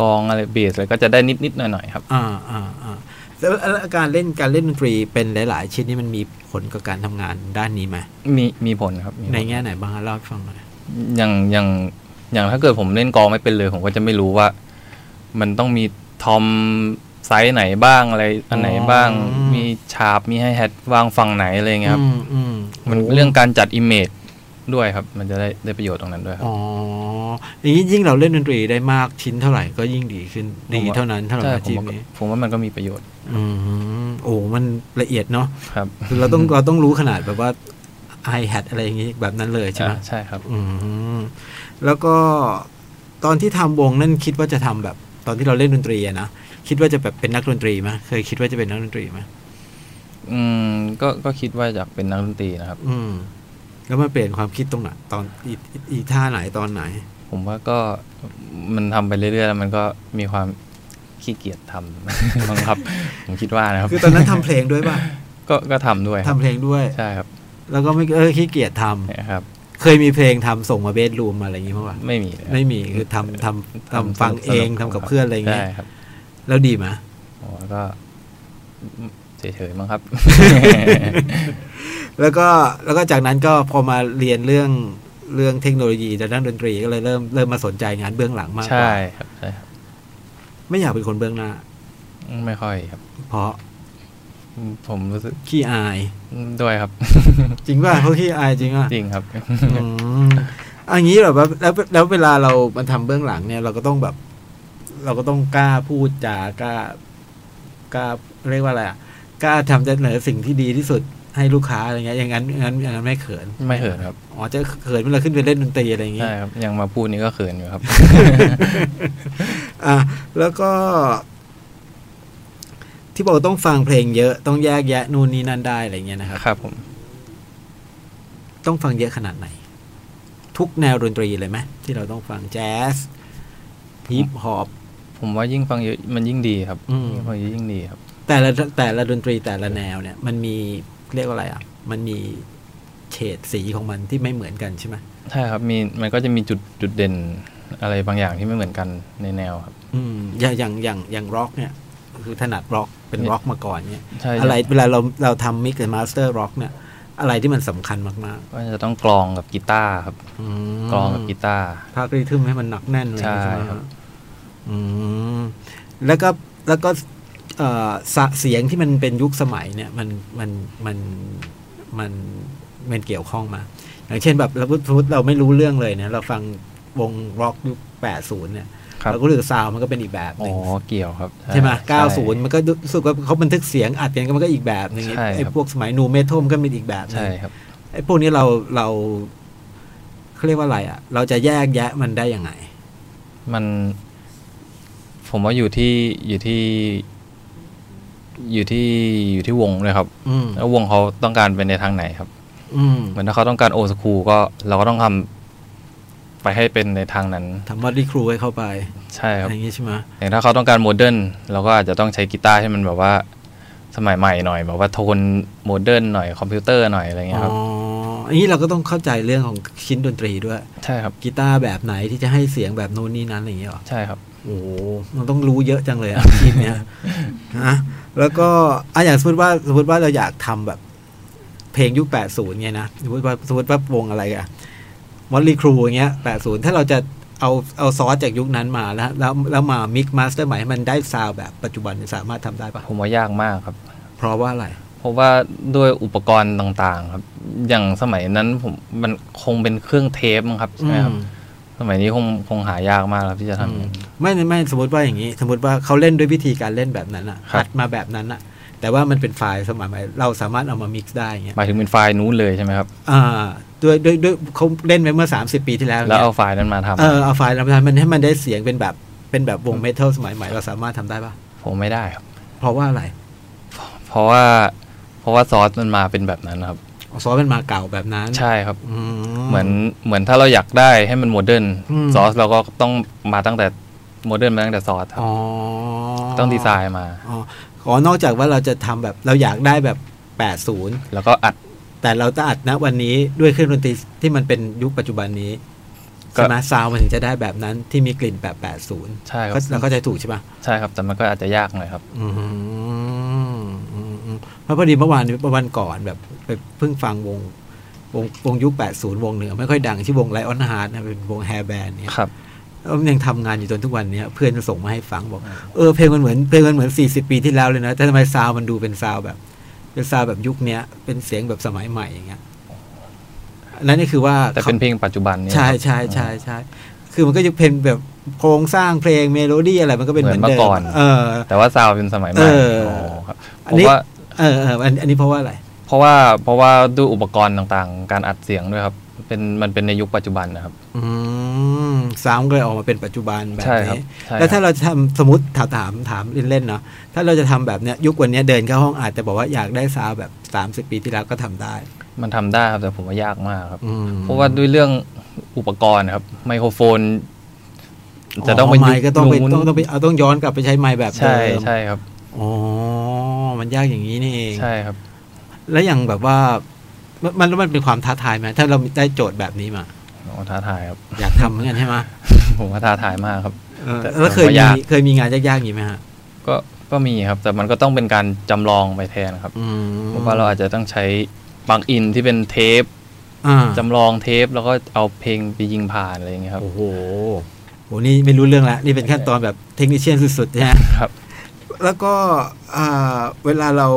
กลองอะไรเบสอะไรก็จะได้นิดนิดๆหน่อยหน่อยๆครับ
อ่าอ่าอ่าแล้วแล้วการเล่นการเล่นดนตรีเป็นหลาย ๆ ชิ้นนี่มันมีผลกับการทำงานด้านนี้ไหม
มีมีผลครับมีผล
ในแง่ไหนบ้างฮะเล่าให้ฟังหน่อย
อย่างอย่างอย่างถ้าเกิดผมเล่นกลองไม่เป็นเลย ผมก็จะไม่รู้ว่า มันต้องมีทอมไซส์ไหนบ้างอะไรอันไหนบ้าง มีฉาบมีให้แฮทวางฝั่งไหนอะไรเงี้ยครับ
อืมอืม
มันเรื่องการจัดอิมเมจด้วยครับ มันจะได้ได้ประโยชน์ตรงนั้นด้วยครับ
อ๋ออย่างนี้ยิ่งเราเล่นดนตรีได้มากชิ้นเท่าไหร่ก็ยิ่งดีขึ้น
ผมว่า
ดีเท่านั้นเท่ากับ
ใช่
อา
ผม
ชีพ
ว่า
นี้
ผมว่ามันก็มีประโยชน์
อืมโอ้มันละเอียดเนาะ
ครับ
คือเราต้องเราต้องรู้ขนาดแบบว่า i h a t อะไรอย่างนี้แบบนั้นเลยใช่ไหม
อ่าใช่ครับ
อืมแล้วก็ตอนที่ทำวงนั่นคิดว่าจะทำแบบ ตอนที่เราเล่นดนตรีอะนะคิดว่าจะแบบเป็นนักดนตรีไหมเคยคิดว่าจะเป็นนักดนตรีไหม
อืมก็ก็คิดว่าอยากเป็นนักดนตรีนะครับ
อืมแล้วมันเปลี่ยนความคิดตรงไหนตอนอีอีอีท่าไหนตอนไหน
ผมว่าก็มันทำไปเรื่อยๆ แล้วมันก็มีความขี้เกียจทำ [laughs] บังคับ ผมคิดว่านะครับ
คือตอนนั้นทำเพลงด้วยป่ะ
ก็ก็ทำด้วยค
ทำ
รับ
เพลงด้วย
[laughs] ใช่ครับ
แล้วก็ไม่เออขี้เกียจทำ
นะครับ
เคยมีเพลงทำส่งมาเบสรูมอะไรอย่างงี้ป่ะ
ไม่มีเลยครับ
ไม่มีคือทำทำทำ
สนุก
ฟังเอง
ส
ทำกับเพื่อนอะไรอย่างเงี้ย
ใช่ครับ
แล้วดีไหมะ
ผมว่าก็เฉยๆมั้งครับ
แล้วก็แล้วก็จากนั้นก็พอมาเรียนเรื่องเรื่องเทคโนโลยีด้านดนตรีก็เลยเริ่มเริ่มมาสนใจงานเบื้องหลังมากก
ใช่
ว่า
ครับใช่ครับ
ไม่อยากเป็นคนเบื้องหน้า
ไม่ค่อยครับ
เพราะ
ผมรู้สึก
ขี้อาย
ด้วยครับ
จริงป่ะเขาขี้อายจริงป่ะ
จริง
[laughs]
ครับ
อืมอันนี้แบบว่าแล้วแล้วเวลาเรามันทำเบื้องหลังเนี่ยเราก็ต้องแบบ เราก็ต้องกล้าพูดจากล้ากล้าเรียกว่าอะไรอ่ะกล้าทำเสนอสิ่งที่ดีที่สุดให้ลูกค้าอะไรเงี้ยอย่างนั้นอย่างนั้นอย่างนั้นไม่เขิน
ไม่เขินครับ
อ๋อจะเขินเวลาขึ้นไปเล่นดนตรีอะไรอย่างเงี้
ใช่
ย
ครับยังมาพูดนี่ก็เขินอยู่
[laughs]
ครับ
อ่ะแล้วก็ ที่บอกต้องฟังเพลงเยอะต้องแยกแยะนู่นนี่นั่นได้อะไรเงี้ยนะครับ
ครับผม
ต้องฟังเยอะขนาดไหน ทุกแนวดนตรีเลยไหมที่เราต้องฟังแจ๊สฮิปฮอป
ผมว่ายิ่งฟังเยอะมันยิ่งดีครับ
อืม
ยิ่งฟังเยอะยิ่งดีครับ
แต่ละแต่ละดนตรีแต่ละแนวเนี่ยมันมีเรียกว่าอะไรอ่ะ มันมีเฉดสีของมันที่ไม่เหมือนกันใช่ไหม
ใช่ครับมีมันก็จะมีจุดจุดเด่นอะไรบางอย่างที่ไม่เหมือนกันในแนวครับ
อืมอย่างอย่างอย่างอย่างร็อกเนี่ย คือถนัดร็อกเป็นร็อกมาก่อนเนี่ย
ใช่
อะไรเวลาเราเราทำมิกซ์มาสเตอร์ร็อกเนี่ย อะไรที่มันสำคัญมาก
ก็จะต้องกลองกับกีตาร์ครับ
ๆอืม
กลองกับกีตาร์
ภาคริทึมให้มันหนักแน่นเลย
ใช่
ไหม
ครับ
อืมแล้วก็แล้วก็เอ่อสะเสียงที่มันเป็นยุคสมัยเนี่ย มันมันมันมันมันเกี่ยวข้องมา อย่างเช่นแบบเราพูดเราไม่รู้เรื่องเลยเนี่ยเราฟังวงร็อกยุค 80 เนี่ย
ครับ
เราก็รู้สึกซาวด์มันก็เป็นอีกแบบห
อ๋อ
นึ่ง
เกี่ยวครับ
ใช่ไหม90 มันก็รู้สึกว่าเขาบันทึกเสียงอัดกันก็มันก็อีกแบบหนึ่ง
ใช่ครับ
ไอ้พวกสมัยนูเมทัลมันก็เป็นอีกแบบหนึ่
ใช่
ง
ครับ
ไอ้พวกนี้เราเราเขาเรียกว่าอะไรอ่ะ เราจะแยกแยะมันได้ยังไง
มัน ผมว่าอยู่ที่อยู่ที่ อยู่ที่อยู่ที่วงเลยครับ
อืม
แล้ววงเขาต้องการไปในทางไหนครับ
อืม
เหมือนถ้าเขาต้องการโอสคูลก็เราก็ต้องทำไปให้เป็นในทางนั้น
ทำมอดี้ครูให้เข้าไป
ใช่ครับ
อย่างงี้ใช่ไหม
อย่างถ้าเขาต้องการโมเดิร์นเราก็อาจจะต้องใช้กีตาร์ให้มันแบบว่าสมัยใหม่หน่อย แบบว่าโทนโมเดิร์นหน่อยคอมพิวเตอร์หน่อยอะไรเงี้
อ๋
ยครับ
ออันนี้เราก็ต้องเข้าใจเรื่องของชิ้นดนตรีด้วย
ใช่ครับ
กีตาร์แบบไหนที่จะให้เสียงแบบโน้นนี่นั้นอะไรอย่างเงี้ยเหรอ
ใช่ครับ
โอ้โหมันต้องรู้เยอะจังเลย [laughs] อะ ทีมเนี้ยนะแล้วก็อ่ะอย่างสมมติว่าสมมติว่าเราอยากทำแบบ เพลงยุค 80เงี้ยนะสมมติว่าสมมติว่าวงอะไรอะมอลลี่ครูอย่างเงี้ย 80 ถ้าเราจะเอาเอาซอสจากยุคนั้นมาแล้ว แล้วแล้วมามิกมาสเตอร์ใหม่ให้มันได้ซาวด์แบบปัจจุบันเนี่ยสามารถทำได้ปะ
ผมว่ายากมากครับ
เพราะว่าอะไร
เพราะว่าด้วยอุปกรณ์ต่างๆ ครับ อย่างสมัยนั้นผมมันคงเป็นเครื่องเทปมั้งครับใช่ไหมครับสมัยนี้คงคงหายากมากครับที่จะทำ
ไม่ไม่ไม่สมมติว่าอย่างนี้ สมมติว่าเขาเล่นด้วยวิธีการเล่นแบบนั้นอะ
ครับ
อัดมาแบบนั้นอะแต่ว่ามันเป็นไฟล์สมัยใหม่เราสามารถเอามามิกซ์ได้เงี้ย
หมายถึงเป็นไฟล์นู้นเลยใช่ไหมครับ
อ่าด้วยด้วยด้วยเขาเล่นไปเมื่อ 30 ปีที่แล้ว
แล้ว
นี่
เอา
ย
ไฟล์นั้นมาทำ
เออเอาไฟล์ลำพันมันให้มันได้เสียงเป็นแบบเป็นแบบวงเมทัลสมัยใหม่เราสามารถทำได้ปะ
ผมไม่ได้ครับ
เพราะว่าอะไร
เพราะว่า เพราะว่าซอสมันมาเป็นแบบนั้นนะครับ
อ๋อซอสเป็นมาเก่าแบบนั้น
ใช่ครับ
อื
เหมือนเหมือนถ้าเราอยากได้ให้มันโมเดิร์น
อืม
ซอสเราก็ต้องมาตั้งแต่โมเดิร์นมาตั้งแต่ซอสครับ
อ๋อ
ต้องดีไซน์มา
อ๋อขอนอกจากว่าเราจะทำแบบเราอยากได้แบบ 80
แล้วก็อัด
แต่เราจะอัดณวันนี้ด้วยเครื่องดนตรีที่มันเป็นยุคปัจจุบันนี้
ก็
ใช่ไหมซาวด์มันถึงจะได้แบบนั้นที่มีกลิ่นแบบ 80
ใช่ครับ
ก็เราเข้าใจถูกใช่ปะ
ใช่ครับแต่มันก็อาจจะยากหน่อยครับ
อืมอืมอืมเพราะพอดีเมื่อวานเมื่อวันก่อนแบบไปเพิ่งฟังวงวงวงยุค 80 วงหนึ่งไม่ค่อยดัง ชื่อวงไลออนฮาร์ดนะเป็นวงแฮร์แบนเนี่ย
ครับ
แล้วมันยังทำงานอยู่จนทุกวันเนี้ยเพื่อนส่งมาให้ฟังบอก เออเพลงมันเหมือนเพลงมันเหมือน 40 ปีที่แล้วเลยนะ แต่ทำไมซาวด์มันดูเป็นซาวด์แบบ เป็นซาวด์แบบยุคเนี้ยเป็นเสียงแบบสมัยใหม่อย่างเงี้ยอันนั่นนี่คือว่า
แต่เป็นเพลงปัจจุบันเนี่ย
ใช่
ครับ
ใช่ใช่ใช่ คือมันก็จะเป็นแบบโครงสร้างเพลงเมโลดี้อะไรมันก็เป็นเหมือนเดิ
เหมือนเมื่อก่อน
เออ
แต่ว่าซาวด์เป็นสมัยใหม่
เอออ๋
อครับ
อั
ผ
น
ม
นี้
ว่า
เออเอออันอันนี้เพราะว่าอะไร
เพราะว่าเพราะว่าด้วยอุปกรณ์ต่างๆ การอัดเสียงด้วยครับเป็นมันเป็นในยุคปัจจุบันนะครับ
อืมสามก็เลยออกมาเป็นปัจจุบันแบบ
ใช่ครับ
นี้
ใช่
แล้วถ้า
ครับ
เราจะทำสมมติถามถามถามเล่นๆเนาะ ถ้าเราจะทำแบบเนี้ยยุควันเนี้ยเดินเข้าห้องอาจจะบอกว่าอยากได้ซาวด์แบบ 30 ปีที่แล้วก็ทำได้
มันทำได้ครับแต่ผมว่ายากมากครับ
อืม
เพราะว่าด้วยเรื่องอุปกรณ์นะครับไมโครโฟน จะต้องไป
ไมค์ก็ต้องไปต้
นู้น
องต้องไปเอาต้องย้อนกลับไปใช้ไมค์แบบเดิ
ใช่
ม
ใช่ครับ
อ๋อ มันยากอย่างนี้นี่เอง
ใช่ครับ
แล้วอย่างแบบว่า มันมันมันเป็นความท้าทายไหมถ้าเราได้โจทย์แบบนี้มา
โอ้ท้าทายครับ [laughs]
อยากทำเหมือนกันใช่ไหม
ผมว่าท้าทายมากครับ
เออ
แต่
แล้วเคย
ผม
มี
ว่ายาก
เคยมีงานยากๆอย่างนี้ไหมฮะ
ก็ก็มีครับ แต่มันก็ต้องเป็นการจำลองไปแทนครับ
อืม
เพราะว่าเราอาจจะต้องใช้ปลั๊กอินที่เป็นเทป
อ่า
จำลองเทปแล้วก็เอาเพลงไปยิงผ่านอะไรอย่างเงี้ยครับ
โอ้โห โห นี่ไม่รู้เรื่องละ นี่เป็นขั้นตอนแบบเทคนิชเชียนสุดๆนะฮะ
ครับ
แล้วก็อ่าเวลาเรา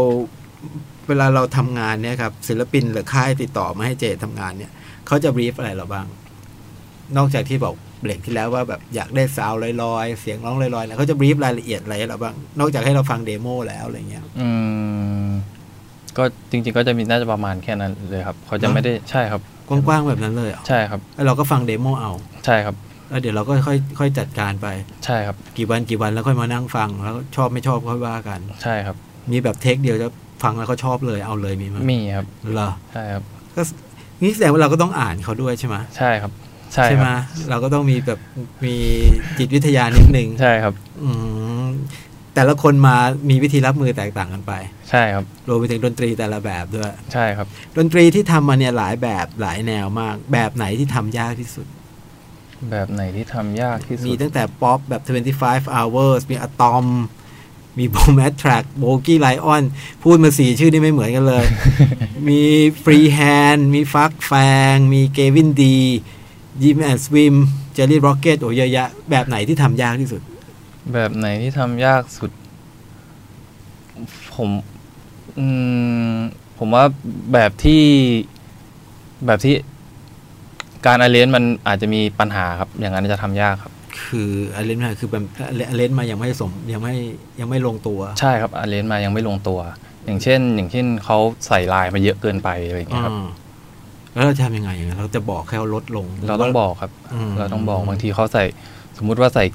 เวลาเราทำงานเนี่ยครับ ศิลปินหรือค่ายติดต่อมาให้เจทำงานเนี่ย เขาจะบรีฟอะไรเราบ้าง นอกจากที่บอกเบรกที่แล้วว่าแบบอยากได้ซาวด์ลอยๆ เสียงร้องลอยๆแล้วเขาจะบรีฟรายละเอียดอะไรให้เราบ้าง นอกจากให้เราฟังเดโมแล้วอะไรเงี้ย
อืมก็จริง ๆ ก็จะมีน่าจะประมาณแค่นั้นเลยครับ เขาจะไม่ได้ใช่ครับ
กว้างๆแบบนั้นเลยเหรอ
ใช่ครับ
แล้วเราก็ฟังเดโมเอา
ใช่ครับ
แล้วเดี๋ยวเราก็ค่อยค่อยจัดการไป
ใช่ครับ
กี่วันกี่วันแล้วค่อยมานั่งฟัง แล้วชอบไม่ชอบค่อยว่ากัน
ใช่ครับ
มีแบบเทคเดียวจะฟังแล้วเขาชอบเลยเอาเลยมีไหม
มีครับ
เหรอ
ใช่ครับ
ก็นี่แสดงว่าเราก็ต้องอ่านเขาด้วยใช่ไหม
ใช่ครับ ใช่ค
ไหม
รับ
เราก็ต้องมีแบบมีจิตวิทยานิดนึง
ใช่ครับ
อืมแต่ละคนมามีวิธีรับมือแตกต่างกันไป
ใช่ครับ
รวมไปถึงดนตรีแต่ละแบบด้วย
ใช่ครับ
ดนตรีที่ทำมาเนี่ยหลายแบบหลายแนวมาก แบบไหนที่ทำยากที่สุด
แบบไหนที่ทำยากที่สุ
มี
ด
ตั้งแต่ป๊อปแบบ 25 hours มีอะตอม มีโบมแมทแทร็กโบกี้ไลออน พูดมาสี่ชื่อนี่ไม่เหมือนกันเลย [laughs] มีฟรีแฮน มีฟักแฟง มีเกวินดียิมแอนด์สวิมเจอรี่ร็อกเก็ตโอ้เยอะแยะ แบบไหนที่ทำยากที่สุด
แบบไหนที่ทำยากสุด ผม อืม ผมว่าแบบที่แบบที่การอาเลนมันอาจจะมีปัญหาครับ อย่างนั้นจะทำยากครับ
คืออเลนมาคือแบบอเลนมายังไม่สมยังไม่ยังไม่ลงตัว
ใช่ครับอาเลนมายังไม่ลงตัว อย่างเช่น อย่างเช่นเขาใส่ลายมาเยอะเกินไปอะไรอย่างเงี้ยครับ
อ่าแล้วเราจะทำยังไงอย่างนั้นเราจะบอกให้เขาลดลง
เราต้องบอกครับ
อืม
เราต้องบอกบางทีเขาใส่ สมมุติว่าใส่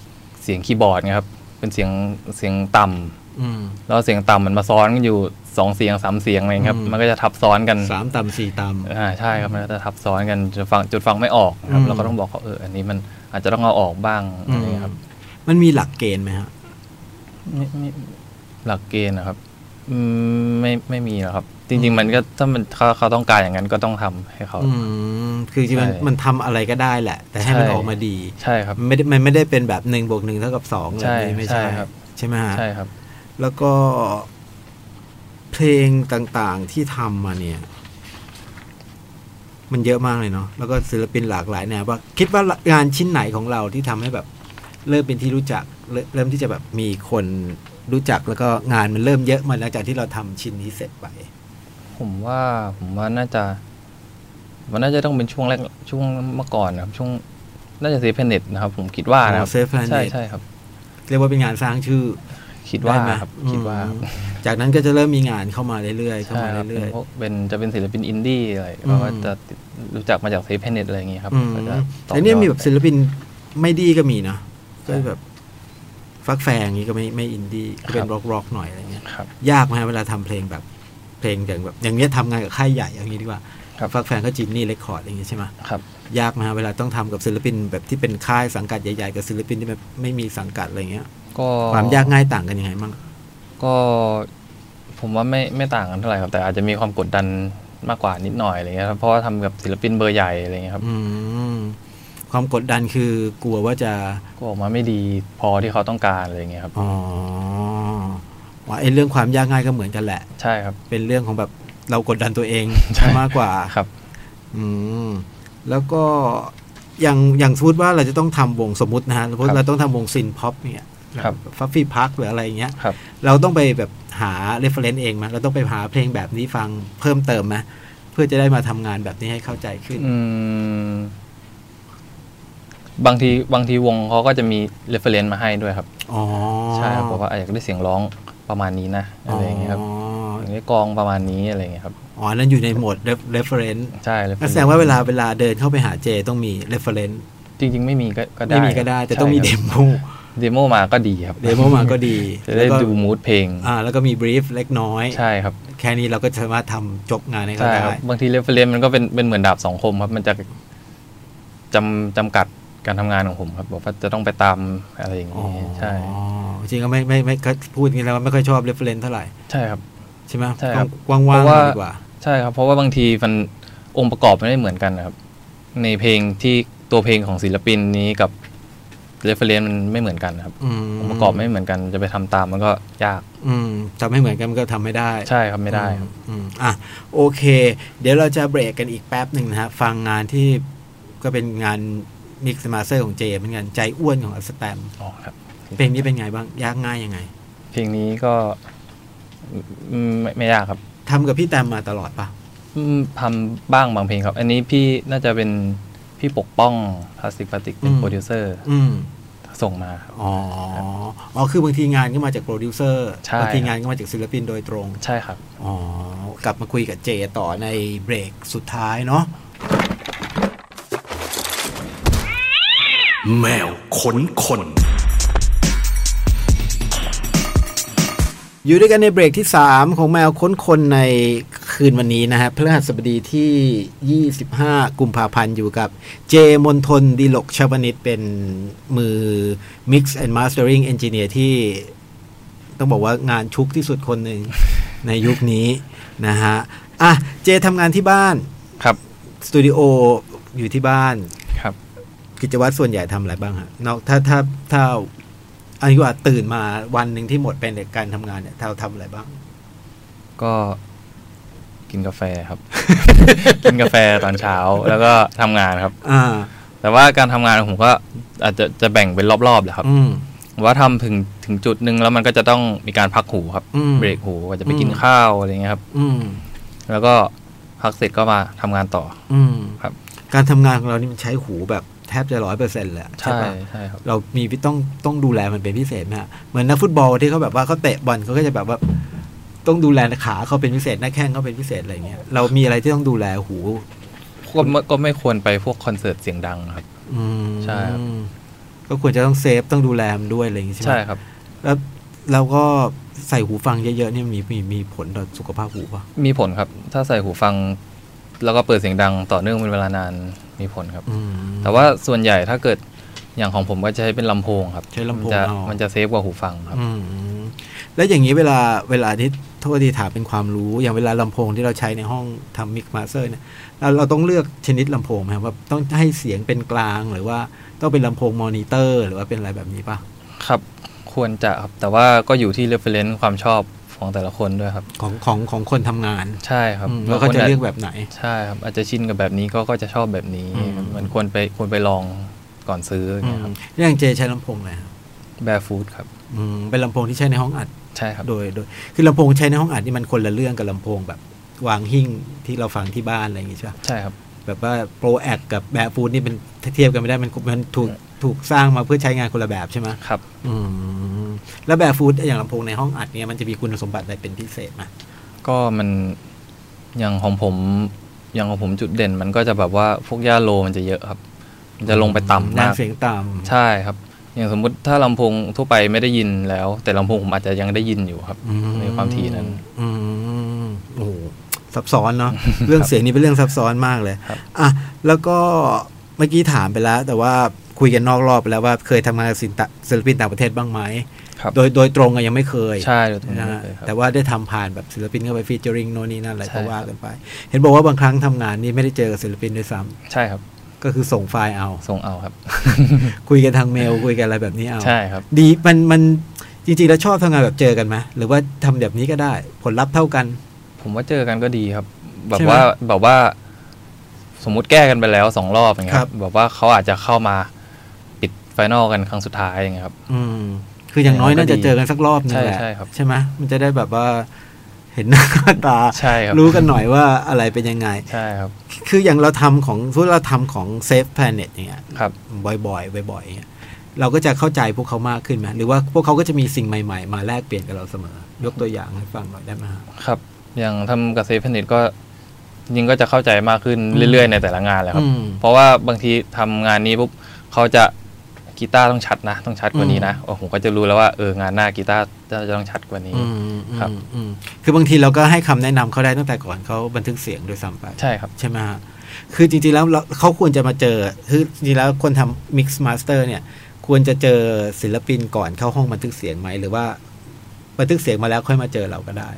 เสียงคีย์บอร์ดเนะครับ เป็นเสียงเสียงต่ำ
อืม
แล้วเสียงต่ำมันมาซ้อนกันอยู่สองเสียงสามเสียงอะไรอย่างเงี้ยครับ
อืม
มันก็จะทับซ้อนกัน
สามต่ำสี่ต่ำ
อ่าใช่ครับมันก็จะทับซ้อนกันจนฟังจุดฟังไม่ออกนะครับ
อืม
เราก็ต้องบอกเขาเอออันนี้มันอาจจะต้องเอาออกบ้าง
อื
อะไร
ม
เงี้ยครับ
มันมีหลักเกณฑ์ไหมฮะ
ไม่ไม่หลักเกณฑ์นะครับอืมไม่ไม่มีหรอกครับ จริง ๆ มันก็ถ้ามันเขาเขาต้องการอย่างนั้นก็ต้องทำให้เขา
อืมคือจริงๆมัน
ใช่
มันทำอะไรก็ได้แหละ แต่ให้มัน
ใช่
ออกมาดี
ใช่ครับ
มันไม่ได้มันไม่ได้เป็นแบบหนึ่งบวกหนึ่งเท่ากับสองเลย
ใช่
ไม่
ใช่
ใช่
ครับ
ใช่ไหมฮะ
ใช่ครับ
แล้วก็ เพลงต่างๆที่ทำมาเนี่ย มันเยอะมากเลยเนาะแล้วก็ศิลปินหลากหลายแนวว่าคิดว่างานชิ้นไหนของเราที่ทำให้แบบ เริ่มเป็นที่รู้จักเริ่มเริ่มที่จะแบบมีคนรู้จักแล้วก็งานมันเริ่มเยอะมาหลังจากที่เราทำชิ้นนี้เสร็จไป
ผมว่าผมว่าน่าจะมันน่าจะต้องเป็นช่วงแรกช่วงเมื่อก่อนนะครับ ช่วงน่าจะเซฟเพนเน็ตนะครับ ผมคิดว่านะครับ
อ๋อ Save Planet
ใช่ใช่ครับ
เรียกว่าเป็นงานสร้างชื่อ
คิดว่า
ได้ไหม
ครับคิดว่า
อืมจากนั้นก็จะเริ่มมีงานเข้ามาเรื่อยๆ เข้า
ใช่
มา
ครับเป็
เรื่อน ย
พวกเป็นจะเป็นศิลปินอินดี้อะไร
อืม
เราก็จะติดรู้จักมาจากเซฟเพนเน็ตอะไรอย่างเงี้ยครับ
ๆอืม
ก็จะต่อ
แต่เนี่ย
อด
มีแบบศิลปินไม่ดีก็มีนะ
ใช่
ก็แบบฟักแฟงนี้ก็ไม่ไม่อินดี้ก็เป็นร็อกๆหน่อยอะไรเงี้ย
ครับ
ยากไหมฮะเวลาทำเพลงแบบ เพลงอย่างแบบอย่างเนี้ยทำงานกับค่ายใหญ่อย่างนี้ดีกว่า
ครับ
ฟักแฟนก็จิมนี่เรคคอร์ดอย่างนี้ใช่ไหม
ครับ
ยากไหมฮะเวลาต้องทำกับศิลปินแบบที่เป็นค่ายสังกัดใหญ่ๆกับศิลปินที่แบบไม่มีสังกัดอะไรเงี้ย
ก็
ความยากง่ายต่างกันยังไงมั่ง
ก็ผมว่าไม่ไม่ต่างกันเท่าไหร่ครับ แต่อาจจะมีความกดดันมากกว่านิดหน่อยอะไรเงี้ยครับเพราะว่าทำกับศิลปินเบอร์ใหญ่อะไรเงี้ยครับ
อืมความกดดันคือกลัวว่าจะ
ก็ออกมาไม่ดีพอที่เขาต้องการอะไรเงี้ยครับ
อ๋อว่าไอ้เรื่องความยากง่ายก็เหมือนกันแหละ
ใช่ครับ
เป็นเรื่องของแบบเรากดดันตัวเอง
[laughs] ใช่
มากกว่า
ครับ
อืม แล้วก็อย่างอย่างสมมติว่าเราจะต้องทำวงสมมตินะฮะสมมติ
ครับ
เราต้องทำวงซินพ็อปเนี่ย
ครับ
ฟัฟฟี่พักหรืออะไรอย่างเงี้ย
ครับ
เราต้องไปแบบหาเรฟเฟรนซ์เองไหมเราต้องไปหาเพลงแบบนี้ฟังเพิ่มเติมไหมเพื่อจะได้มาทำงานแบบนี้ให้เข้าใจขึ้น
อืม บางทีบางทีวงเขาก็จะมีเรฟเฟรนซ์มาให้ด้วยครับ
อ๋อ
ใช่ครับบอกว่าอ่ะอยากได้เสียงร้องประมาณนี้นะอะไรอย่างเงี้ยครับ
อ๋อ
อยากได้กลองประมาณนี้อะไรอย่างเงี้ยครับ
อ๋อนั่นอยู่ในโหมดเรฟเฟรนซ์
ใช่เลย
ก็แสดงว่าเวลาเวลาเดินเข้าไปหาเจต้องมี reference
จริง ๆ ไม่มีก็ก็ได้
ไม่มีก็ได้ แต่ต้องมีเด
ใช่ครับ
โม
[laughs] เดโมมาก็ดีครับ
เดโมมาก็ดี
จะได้
แล้วก็
ดูมูดเพลง
อ่าแล้วก็มี brief เล็กน้อย
ใช่ครับ
แค่นี้เราก็สามารถทำจบงานให้เขา
ใช่
ได้
ครับบางทีเรฟเฟรนมันก็เป็นเป็นเหมือนดาบสองคมครับ มันจะจำจำกัดการทำงานของผมครับบอกว่าจะต้องไปตามอะไรอย่าง
อ๋อ
เงี้ยใช่
จริงก็ไม่ไม่ไม่ไม่พูดอย่างนี้แล้วไม่ค่อยชอบ reference เท่าไหร่
ใช่ครับ
ใช่ไหม
ใช่ครับ
ว่างๆห
เพราะ
น่
ว่า
อยดีกว่า
ใช่ครับ เพราะว่าบางทีมันองค์ประกอบมันไม่เหมือนกันนะครับ ในเพลงที่ตัวเพลงของศิลปินนี้กับเรฟเฟรนมันไม่เหมือนกันนะครับ
อืม
องค์ประกอบไม่เหมือนกันจะไปทำตามมันก็ยาก
อืมทำให้เหมือนกันมันก็ทำไม่ได้
ใช่ครับไม่ได้ครับ
อืมอ่ะโอเค เดี๋ยวเราจะเบรกกันอีกแป๊บหนึ่งนะฮะ ฟังงานที่ก็เป็นงานมิกซ์มาสเตอร์ของเจเหมือนกันใจอ้วนของอัสแตม
อ๋อครับ
เพลงนี้เป็นไงบ้าง ยากง่ายยังไง
เพลงนี้ก็อืมไม่ไม่ยากครับ
ทำกับพี่แตมมาตลอดปะ
อืมทำบ้างบางเพลงครับ อันนี้พี่น่าจะเป็นพี่ปกป้องพลาสติกพลาสติกเป็นโปรดิวเซอร์
อืม
ส่งมาครับ
อ๋ออ๋อคือบางทีงานก็มาจากโปรดิวเซอร์
ใช่
บางทีงานก็มาจากศิลปินโดยตรง
ใช่ครับ
อ๋อกลับมาคุยกับเจต่อในเบรกสุดท้ายเนาะ
แมวขนคน
อยู่ด้วยกันในเบรกที่ 3 ของแมวค้นคนในคืนวันนี้นะฮะพฤหัสบดีที่ 25 กุมภาพันธ์อยู่กับเจมนทนดีลกชาวนิตเป็นมือ Mix and Mastering Engineer ที่ ต้องบอกว่างานชุกที่สุดคนหนึ่ง ในยุคนี้นะฮะ อ่ะ เจทำงานที่บ้าน
ครับ
สตูดิโออยู่ที่บ้าน
ครับ
กิจวัตรส่วนใหญ่ทำอะไรบ้างฮะนอกถ้าถ้าถ้าอันนี้ว่าตื่นมาวันหนึ่งที่หมดเป็นการทำงานเนี่ยเราทำอะไรบ้าง
ก็กินกาแฟครับ [laughs] กินกาแฟตอนเช้าแล้วก็ทำงานครับ
อ่า
แต่ว่าการทำงานของผมก็อาจจะจะแบ่งเป็นรอบๆแหละครับ
อืม
ว่าทำถึงถึงจุดหนึ่งแล้วมันก็จะต้องมีการพักหูครับ
อืม
เบรกหูก็จะไปกินข้าวอะไรเงี้ยครับ
อืม
แล้วก็พักเสร็จก็มาทำงานต่อ
อืม
ครับ
การทำงานของเรานี่มันใช้หูแบบแทบจะร้อยเปอร์เซ็นต์แหละ
ใช่
ปะ
ใช่ครับ
เรามีวิต้องต้องดูแลมันเป็นพิเศษไหมฮะเหมือนนักฟุตบอลที่เขาแบบว่าเขาเตะบอลเขาก็จะแบบว่า ต้องดูแลขาเขาเป็นพิเศษหน้าแข้งเขาเป็นพิเศษอะไรเงี้ยเรามีอะไรที่ต้องดูแลหู
ก็ไม่ก็ไม่ควรไปพวกคอนเสิร์ตเสียงดังครับ
อืม
ใช่ครับ
ก็ควรจะต้องเซฟต้องดูแลมันด้วยอะไรอย่างงี้ใช่ไหม
ใช่ครับ
แล้วเราก็ใส่หูฟังเยอะๆเนี่ยมีมีมีผลต่อสุขภาพหูป่ะ
มีผลครับ ถ้าใส่หูฟัง แล้วก็เปิดเสียงดังต่อเนื่องเป็นเวลานานมีผลครับ
อืม
แต่ว่าส่วนใหญ่ถ้าเกิดอย่างของผมก็จะใช้เป็นลำโพงครับ
ใช้ลำโพง
มันจะ
เอา
มันจะเซฟกว่าหูฟังครับ
อืมแล้วอย่างนี้เวลาเวลาที่โทษทีถามเป็นความรู้ อย่างเวลาลำโพงที่เราใช้ในห้องทำมิกมาเซอร์เนี่ยเราเราต้องเลือกชนิดลำโพงไหมครับว่าต้องให้เสียงเป็นกลางหรือว่าต้องเป็นลำโพงมอนิเตอร์หรือว่าเป็นอะไรแบบนี้ปะ
ครับ ควรจะครับ แต่ว่าก็อยู่ที่เรฟเฟรนซ์ความชอบของแต่ละคนด้วยครับ
ของของของคนทำงาน
ใช่ครับ
อืมแล้วเขา
บงคน
จะ
อ
เลือกแบบไหน
ใช่ครับ อาจจะชินกับแบบนี้ก็ก็จะชอบแบบนี้
อืม
มันควรไปควรไปลองก่อนซื้ออย่างเงี้ยครับ
เรื่องเจใช้ลำโพงอะไรครับ
แบร์ฟูดครับ
อืมเป็นลำโพงที่ใช้ในห้องอัด
ใช่ครับ
โดยโดยคือลำโพงใช้ในห้องอัดนี่มันคนละเรื่องกับลำโพงแบบวางหิ้งที่เราฟังที่บ้านอะไรอย่างงี้ใช่ปะ
ใช่ครับ
แบบว่าโปรแอคกับแบบฟูดนี่เป็นเทียบกันไม่ได้มันมันถูกถูกสร้างมาเพื่อใช้งานคนละแบบใช่ไหม
ครับ
อืมแล้วแบบฟูดอย่างลำโพงในห้องอัดเนี่ยมันจะมีคุณสมบัติอะไรเป็นพิเศษไหม
ก็มันอย่างของผมอย่างของผมจุดเด่น มันก็จะแบบว่าพวกย่าโลมันจะเยอะครับ มันจะลงไป
นาม
ต่ำาง ก
เสียงต่ำ
ใช่ครับ อย่างสมมุติถ้าลำโพงทั่วไปไม่ได้ยินแล้ว แต่ลำโพงผมอาจจะยังได้ยินอยู่ครับ
อื
ในความถี่นั้น
อืมโอ้โห ซับซ้อนเนาะ เรื่องเสียงนี่เป็นเรื่องซับซ้อนมากเลย
ครับ
อ่ะแล้วก็เมื่อกี้ถามไปแล้ว แต่ว่าคุยกันนอกรอบไปแล้วว่าเคยทำงานกับศิลปะศิลปินต่างประเทศบ้างไหม
ครับ
โดยโดยตรงอะยังไม่เคย
ใช่เดี๋ยวตรงนี้
นะฮะ
เลยครับ
แต่ว่าได้ทำผ่านแบบศิลปินเข้าไปฟีเจอริงโน่นนี่นั่นอะไร
ใช่
ก็ว่ากันไป เห็นบอกว่าบางครั้งทำงานนี่ไม่ได้เจอกับศิลปินด้วยซ้ำ
ใช่ครับ
ก็คือส่งไฟ [laughs] ล์เอา
ส่งเอาครับ
คุยกันทางเมลคุยกันอะไรแบบนี้เอา
ใช่ครับ
ดีมันมันจริงๆแล้วชอบทำงานแบบเจอกันไหมหรือว่าทำแบบนี้ก็ได้ ผลลัพธ์เท่ากัน
ผมว่าเจอกันก็ดีครับ แบบ
ใช่ไหม
ว่าแบบว่า สมมุติแก้กันไปแล้วสองรอบอย่างเงี้
ค
ยค
รั
รับ บแบบว่าเขาอาจจะเข้ามาปิดไฟนอลกันครั้งสุดท้ายอย่างเงี้ยครับ
อืม คืออย่างน้อย
อย่างน้อย
น่าจะ
ก็ดี
เจอกันสักรอบนึงแหละ
ใช่ใช่ครับ
ใช่ไหมมันจะได้แบบว่า เห็นหน้าค่าตา
ใช่ครับ
รู้กันหน่อยว่าอะไรเป็นยังไง
ใช่ครับ
คืออย่างเราทำของสมมุติเราทำของ Safe Planet อย่างเงี้ย
ครับ
บ่อยๆบ่อยๆอย่างเงี้ยเราก็จะเข้าใจพวกเขามากขึ้นไหมหรือว่าพวกเขาก็จะมีสิ่งใหม่ๆ มาแลกเปลี่ยนกับเราเสมอ ยกตัวอย่างให้ฟังหน่อยได้ไหมฮะ
ครับ อย่างทำกับเซฟเพนิตก็จริงๆก็จะเข้าใจมากขึ้นเรื่อยๆ ในแต่ละงานแหละครับ
อืม
เพราะว่าบางทีทำงานนี้ปุ๊บเขาจะกีตาร์ต้องชัดนะ ต้องชัดกว่านี้นะโอ้ผมก็จะรู้แล้วว่าเอองานหน้ากีตาร์จะต้องชัดกว่านี้
อืมอืม
ครับ
อืมคือบางทีเราก็ให้คำแนะนำเขาได้ตั้งแต่ก่อนเขาบันทึกเสียงด้วยซ้ำไป
ใช่ครับ
ใช่ไหมฮะคือจริงๆแล้วเราเขาควรจะมาเจอ คือจริงๆแล้วคนทำ Mix Master เนี่ย ควรจะเจอศิลปินก่อนเข้าห้องบันทึกเสียงไหม หรือว่าบันทึกเสียงมาแล้วค่อยมาเจอเราก็ได้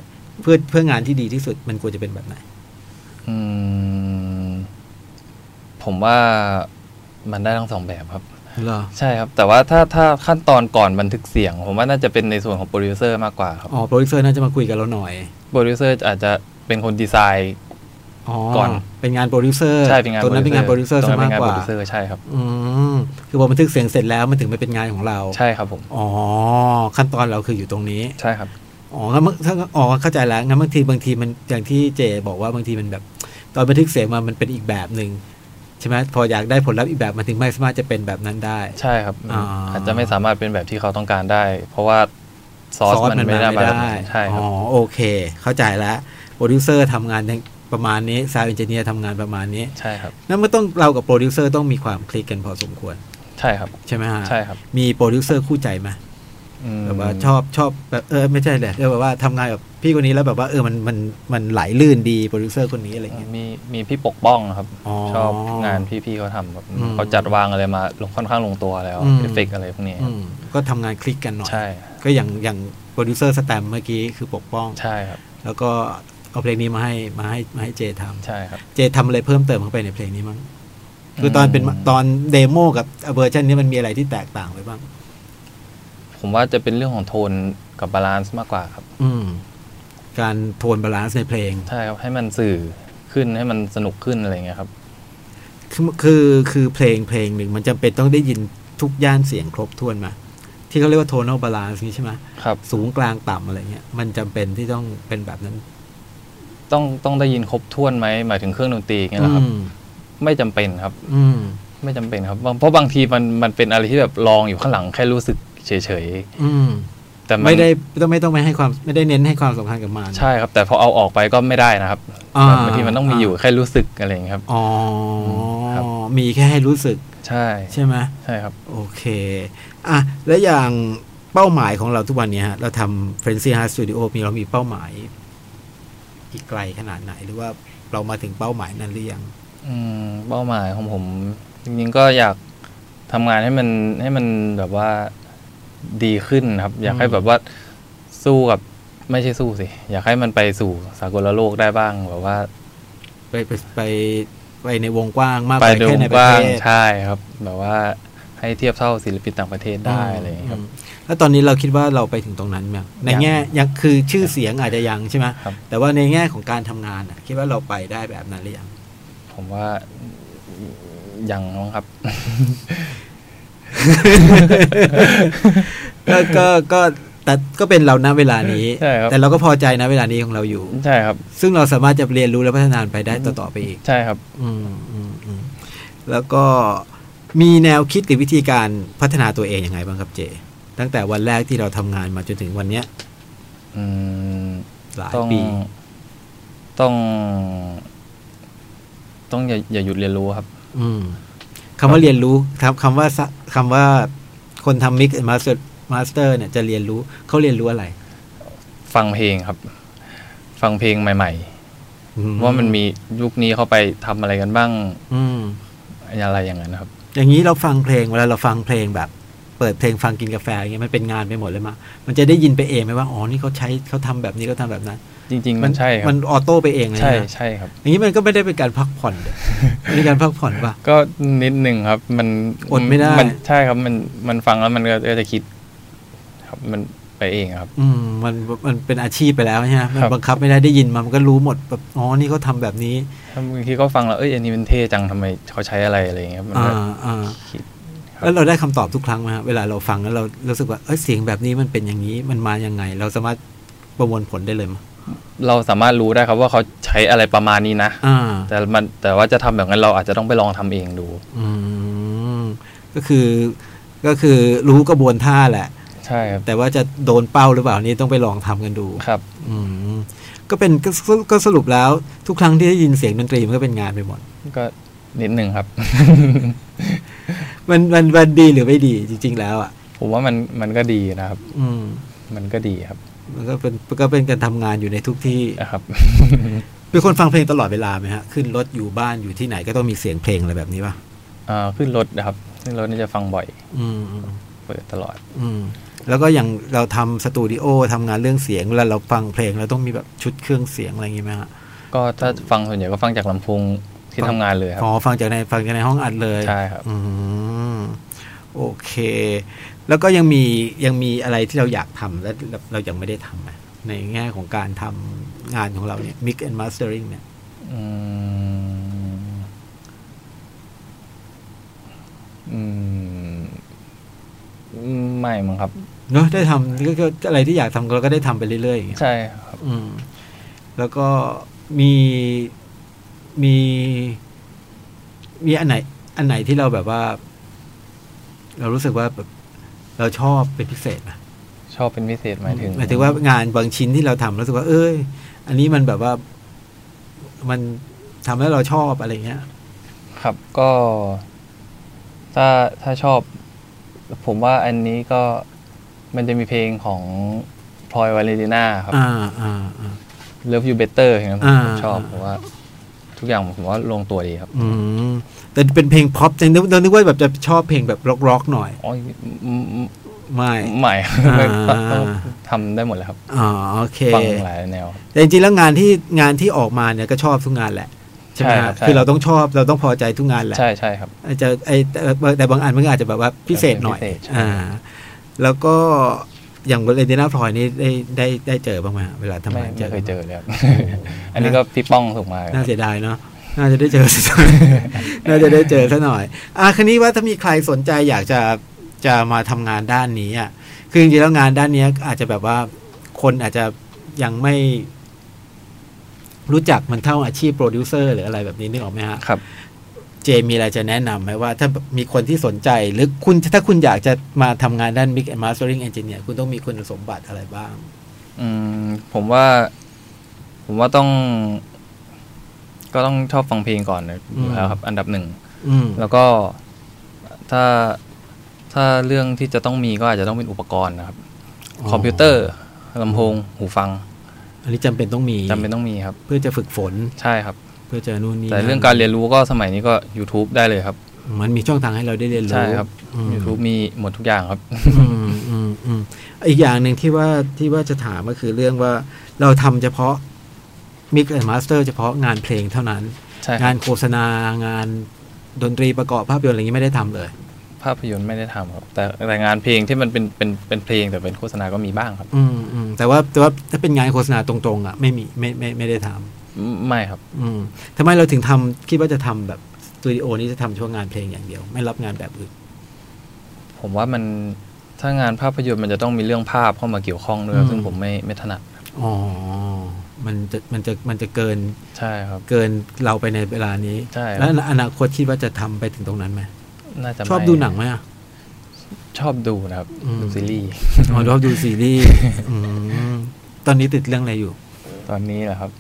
เพื่อเพื่องานที่ดีที่สุดมันควรจะเป็นแบบไหน
อืมผมว่ามันได้ทั้งสองแบบครับ
เหรอ
ใช่ครับ แต่ว่าถ้าถ้าขั้นตอนก่อนบันทึกเสียง ผมว่าน่าจะเป็นในส่วนของโปรดิวเซอร์มากกว่าครับ
อ๋อ โปรดิวเซอร์น่าจะมาคุยกับเราหน่อย
โปรดิวเซอร์อาจจะเป็นคนดีไซน์
อ๋อ
ก่อน
เป็นงานโปรดิวเซอร์
ใช่เป็นงาน
ตัวนั้นเป็นงานโปรดิวเซอร์
ต
ซะ
นั้น
มา
เป็
ก
นงาน
ก
โปร
ว่า
ดิวเซอร์ใช่ครับ
อืม คือพอบันทึกเสียงเสร็จแล้วมันถึงไปเป็นงานของเรา
ใช่ครับผม
อ๋อ ขั้นตอนเราคืออยู่ตรงนี้
ใช่ครับ
อ๋องั้นมึงถ้าอ๋อเข้าใจแล้วงั้นบางทีบางทีมันอย่างที่เจบอกว่าบางทีมันแบบ ตอนบันทึกเสียงมามันเป็นอีกแบบหนึ่งใช่ไหมพออยากได้ผลลัพธ์อีกแบบมันถึงไม่สามารถจะเป็นแบบนั้นได้
ใช่ครับ
อ่า
อาจจะไม่สามารถเป็นแบบที่เขาต้องการได้ เพราะว่าซอสมันไม่ได้
า
มาใช่ครั
อ๋
บ
อโอเค เข้าใจแล้วโปรดิวเซอร์ทำงานประมาณนี้ซาวด์เอนจิเนียร์ทำงานประมาณนี้
ใช่ครับ
นั่นก็ต้องเรากับโปรดิวเซอร์ต้องมีความคลิกกันพอสมควร
ใช่ครับ
ใช่ไหมฮะ
ใช่ครับ
มีโปรดิวเซอร์คู่ใจไหม
อืม
แบบว่าชอบชอบแบบเออไม่ใช่เลยเรียกว่าทำงานกับพี่คนนี้แล้วแบบว่าเออมันมันมันไหลลื่นดีโปรดิวเซอร์คนนี้อะไรอย่างเงี้ย
มีมีพี่ปกป้องครับ
อ๋อ
ชอบงานพี่พี่ๆเขาทำแบบ
อืม
เขาจัดวางอะไรมาลงค่อนข้างลงตัวแล้ว
อืม
เอฟเฟกต์อะไรพวกนี้
อืมก็ทำงานคลิกกันหน่อย
ใช่
ก็อย่างอย่างโปรดิวเซอร์สแตมป์เมื่อกี้คือปกป้อง
ใช่ครับ
แล้วก็เอาเพลงนี้มาให้มาให้มาให้เจทำ
ใช่ครับ
เจทำอะไรเพิ่มเติมเข้าไปในเพลงนี้มั้งคือตอนเป็น
อืม
ตอนเดโมกับเวอร์ชันนี้มันมีอะไรที่แตกต่างไปบ้าง
ผมว่าจะเป็นเรื่องของโทนกับบาลานซ์มากกว่าครับ
อืม การโทนบาลานซ์ในเพลง
ใช่ครับ ให้มันสื่อขึ้นให้มันสนุกขึ้นอะไรอย่างเงี้ยครับ
คือคือคือเพลงเพลงหนึ่งมันจำเป็นต้องได้ยินทุกย่านเสียงครบถ้วนมาที่เขาเรียกว่าโทน a l บาลานซ์นี้ใช่ไหม
ครับ
สูงกลางต่ำอะไรเงี้ยมันจำเป็นที่ต้องเป็นแบบนั้น
ต้องต้องได้ยินครบถ้วนไหมหมายถึงเครื่องดนตรีอย่างเงี้ยเหรอครับ
อืม
ไม่จำเป็นครับ
อืม
ไม่จำเป็นครับบางเพราะบางทีมันมันเป็นอะไรที่แบบลองอยู่ข้างหลังแค่รู้สึกเฉย
อืม
ๆแต่น
ไม่ได้ต้องไม่ต้องไปให้ความไม่ได้เน้นให้ความสำคัญกับมัน
ใช่ครับ แต่พอเอาออกไปก็ไม่ได้นะครับ
อ่า
บางทีมันต้องมีอยู่แค่รู้สึกอะไรอย่างเงี้ยครับ
อ๋อ
ครับ
มีแค่ให้รู้สึก
ใช่
ใช่ไหม
ใช่ครับ
โอเคอ่ะแล้วอย่างเป้าหมายของเราทุกวันเนี้ยฮะเราทำ f r e n c y Heart Studio มีเรามีเป้าหมาย อีกไกลขนาดไหน หรือว่าเรามาถึงเป้าหมายนั้นหรือยัง
อืมเป้าหมายของผม จริงๆก็อยากทำงานให้มันให้มันแบบว่าดีขึ้นครับ อยากให้
อืม
แบบว่าสู้กับไม่ใช่สู้สิอยากให้มันไปสู่สากลโลกได้บ้างแบบว่า
ไปไปไปไปในวงกว้างมากก
ไป
ว่า
ดู
แค่ในป
ก
ระ
ว้า
เท
ง
ศ
ใช่ครับ แบบว่าให้เทียบเท่าศิลปินต่างประเทศได้อะไรอย่างเงี้ยครับ
มแล้วตอนนี้เราคิดว่าเราไปถึงตรงนั้นไหมใน
ยัง
แง่ยังคือชื่อเสียงอาจจะยังใช่ไหม
ครับ
แต่ว่าในแง่ของการทำงานอะคิดว่าเราไปได้แบบนั้นหรือยัง
ผมว่ายังมั้งครับ [laughs]
ก็ก็ก็แต่ก็เป็นเราณเวลานี้
ใช่ครับ
แต่เราก็พอใจนะเวลานี้ของเราอยู่
ใช่ครับ
ซึ่งเราสามารถจะเรียนรู้และพัฒนาไปได้ต่อๆไปอีก
ใช่ครับ
อืมอืมอืมแล้วก็มีแนวคิดหรือวิธีการพัฒนาตัวเองอยังไงบ้างครับเจ ตั้งแต่วันแรกที่เราทำงานมาจนถึงวันเนี้ย
อืม
หลาย
ต้อง
ปี
ต้อง ต้องอย่าอย่าหยุดเรียนรู้ครับ
อืมคำว่าเรียนรู้ครับคำว่าสะคำว่าคนทำมิกมาสเตอร์มาสเตอร์เนี่ยจะเรียนรู้เขาเรียนรู้อะไร
ฟังเพลงครับ ฟังเพลงใหม่ ว่ามันมียุคนี้เข้าไปทำอะไรกันบ้าง
อืม
อะไรอย่างนั้นนะครับ
อย่างนี้เราฟังเพลงเวลาเราฟังเพลงแบบ เปิดเพลงฟังกินกาแฟอย่างเงี้ยมันเป็นงานไปหมดเลยมะมันจะได้ยินไปเองไหมว่าอ๋อนี่เขาใช้เขาทำแบบนี้เขาทำแบบนั้น
จริง ๆ มันใช่ครั
มัน
บ
ออโต้ไปเองเลย
ใช่
นะ
ใช่ครับ
อย่างนี้มันก็ไม่ได้เป็นการพักผ่อนเลยมันเป็นการพักผ่อนปะ
ก็นิดหนึ่งครับ มัน
อดไม่ได้
นใช่ครับมันมันฟังแล้วมันก็ก็จะคิด ครับมันไปเองครับ
อืมมันมันเป็นอาชีพไปแล้วใช่ไหมมัน
ครับ
บังคับไม่ได้ได้ยินมามันก็รู้หมดแบบอ๋อนี่เขาทำแบบนี้
ถ้าบางทีก็ฟังแล้วเอ้ยอันนี้มันเท่จังทำไมเขาใช้อะไรอะไรอย่างเงี้ยครับมันก็
อ่าอ่า
คิด ครับ
แล้วเราได้คำตอบทุกครั้งไหมฮะเวลาเราฟังแล้วเรารู้สึกว่าเอยเสียงแบบนี้มันเป็นอย่างนี้มันมายังไง เราสามารถประมวลผลได้เลยมั้ย
เราสามารถรู้ได้ครับว่าเขาใช้อะไรประมาณนี้นะ
อ่า
แต่มันแต่ว่าจะทำแบบนั้นเราอาจจะต้องไปลองทำเองดู
อืมก็คือก็คือรู้กระบวนท่าแหละ
ใช่ครับ
แต่ว่าจะโดนเป้าหรือเปล่านี่ต้องไปลองทำกันดู
ครับ
อืมก็เป็นกก็ก็สรุปแล้วทุกครั้งที่ได้ยินเสียงดนตรีมันก็เป็นงานไปหมด
ก็นิดหนึ่งครับ [laughs]
มันมันมันดีหรือไม่ดีจริง ๆ แล้วอ่ะ
ผมว่ามันมันก็ดีนะครับ
อืม
มันก็ดีครับ
มันก็เป็นก็เป็นการทำงานอยู่ในทุกที่
นะครับ [laughs]
เป็นคนฟังเพลงตลอดเวลาไหมฮะขึ้นรถอยู่บ้านอยู่ที่ไหนก็ต้องมีเสียงเพลงอะไรแบบนี้ป่ะ
เอ่อขึ้นรถนะครับขึ้นรถนี่จะฟังบ่อย
อืมอืม
เปิดตลอด
อืมแล้วก็อย่างเราทำสตูดิโอทำงานเรื่องเสียงเวลาเราฟังเพลงเราต้องมีแบบชุดเครื่องเสียงอะไรอย่างงี้ไหมฮะ
ก็ถ้าฟังส่วนใหญ่ก็ฟังจากลำโพงที่ทำงานเลยครั
อ๋
บ
อฟังจากในฟังจากในห้องอัดเลย
ใช่ครับ
อืมโอเค แล้วก็ยังมียังมีอะไรที่เราอยากทำและเราเรายังไม่ได้ทำไหมในแง่ของการทำงานของเราเนี่ย mix and mastering เนี่ย
อืมอืมอืมไม่มั้งครับ
เนอะได้ทำก็ก็อะไรที่อยากทำเราก็ได้ทำไปเรื่อยๆอย่างเงี้ย
ใช่ครับ
อืมแล้วก็มีมีมีอันไหน อันไหนที่เราแบบว่า เรารู้สึกว่าแบบเราชอบเป็นพิเศษนะ
ชอบเป็นพิเศษหมายถึง
หมายถึงว่างานบางชิ้นที่เราทำรู้สึกว่า เอ้ย อันนี้มันแบบว่า มันทำแล้วเราชอบอะไรเงี้ย
ครับ ก็ ถ้าถ้าชอบ ผมว่าอันนี้ก็มันจะมีเพลงของพลอยวาเลนติน่าครับ
อ่าอ่าอ่า
Love You Better เพลงนั้นผม
อ่า
ชอบเพราะว่า ทุกอย่างผมว่าลงตัวดีครับ
อืมแต่เป็นเพลงพ็อปแต่นึกเรานึกว่าแบบจะชอบเพลงแบบร็อกๆหน่อย
อ๋ออืม
ไม่
ใหม่ [laughs]
อ่า
ทำได้หมดเลยครับ
อ๋อโอเค
ฟังหลายแนว
แต่จริงๆแล้วงานที่งานที่ออกมาเนี่ยก็ชอบทุกงานแหละใช่ไหม
ใช่ครั
ฮะ
บใช่
คือเราต้องชอบเราต้องพอใจทุกงานแหละ
ใช่ใช่ครับ
อาจจะไอแต่แต่บางอันมันก็อาจจะแบบว่าพิเศษหน่อย
พิเศษใช่
อ่า แล้วก็อย่างบนเลนติน่าพลอยนี่ได้ได้ได้เจอบ้างไหมฮะเวลาทำ
ไม่
งาน
ไม่เคยเจ
อ
อเลยครับ อันนี้ก็พี่ป้องส่งมาค
น่า
รับ
เสียดายเนาะน่าจะได้เจอ [laughs] สักหน่อย น่าจะได้เจอซะหน่อย อ่ะคันนี้ว่าถ้ามีใครสนใจอยากจะจะมาทำงานด้านนี้อ่ะคือจริงๆแล้วงานด้านเนี้ยอาจจะแบบว่าคนอาจจะยังไม่ รู้จักมันเท่าอาชีพโปรดิวเซอร์หรืออะไรแบบนี้นึกออกไหมฮะ
ครับ
เจมีอะไรจะแนะนำไหมว่าถ้ามีคนที่สนใจ หรือคุณถ้าคุณอยากจะมาทำงานด้าน Mix and Mastering Engineer คุณต้องมีคุณสมบัติอะไรบ้าง
อืมผมว่า ผมว่าต้อง ก็ต้องชอบฟังเพลงก่อนนะ
อืม
ครับ อันดับหนึ่ง
อืม
แล้วก็ถ้าถ้าเรื่องที่จะต้องมีก็อาจจะต้องเป็นอุปกรณ์นะครับ คอมพิวเตอร์ลำโพง หูฟัง
อันนี้จำเป็นต้องมี
จำเป็นต้องมีครับ
เพื่อจะฝึกฝน
ใช่ครับ
เพื่อจะนู่นนี่
แต่เรื่องการเรียนรู้ก็สมัยนี้ก็ YouTube ได้เลยครับ
มันมีช่องทางให้เราได้เรียนรู้
ใช่ครับ
อืม
YouTube มีหมดทุกอย่างครับ
อืมอืมอืมอีกอย่างหนึ่งที่ว่าที่ว่าจะถามก็คือเรื่องว่าเราทำเฉพาะ Mix and Master เฉพาะงานเพลงเท่านั้น
ใช่
งา
ครับ
นโฆษณางานดนตรีประกอบภาพยนตร์อะไรอย่างนี้ไม่ได้ทำเลย
ภาพยนตร์ไม่ได้ทำครับ แต่แต่งานเพลงที่มันเป็นเป็นเป็นเพลงแต่เป็นโฆษณาก็มีบ้างครับ
อืมอืมแต่ว่าแต่ว่าถ้าเป็นงานโฆษณาตรงๆอ่ะไม่มีไม่ไม่ไม่ได้ทำ
ไม่ครับ
อืมทำไมเราถึงทำคิดว่าจะทำแบบสตูดิโอนี้จะทำเฉพาะงานเพลงอย่างเดียว ไม่รับงานแบบอื่น
ผมว่ามันถ้างานภาพยนตร์มันจะต้องมีเรื่องภาพเข้ามาเกี่ยวข้องด้วยครับ
อืม
ซึ่งผมไม่ไม่ถนัด
อ๋อ มันจะมันจะมันจะเกิน
ใช่ครับ
เกินเราไปในเวลานี้
ใช่ครับ
แล้วอนาคตคิดว่าจะทำไปถึงตรงนั้นไหม
น่าจะไม่
ชอบดูหนังไหมอ่ะ
ชอบดูนะครับ
อืม
ดูซีรีส์ [laughs]
อ๋อชอบดูซีรีส์อืมตอนนี้ติดเรื่องอะไรอยู่
ตอนนี้แหละครับ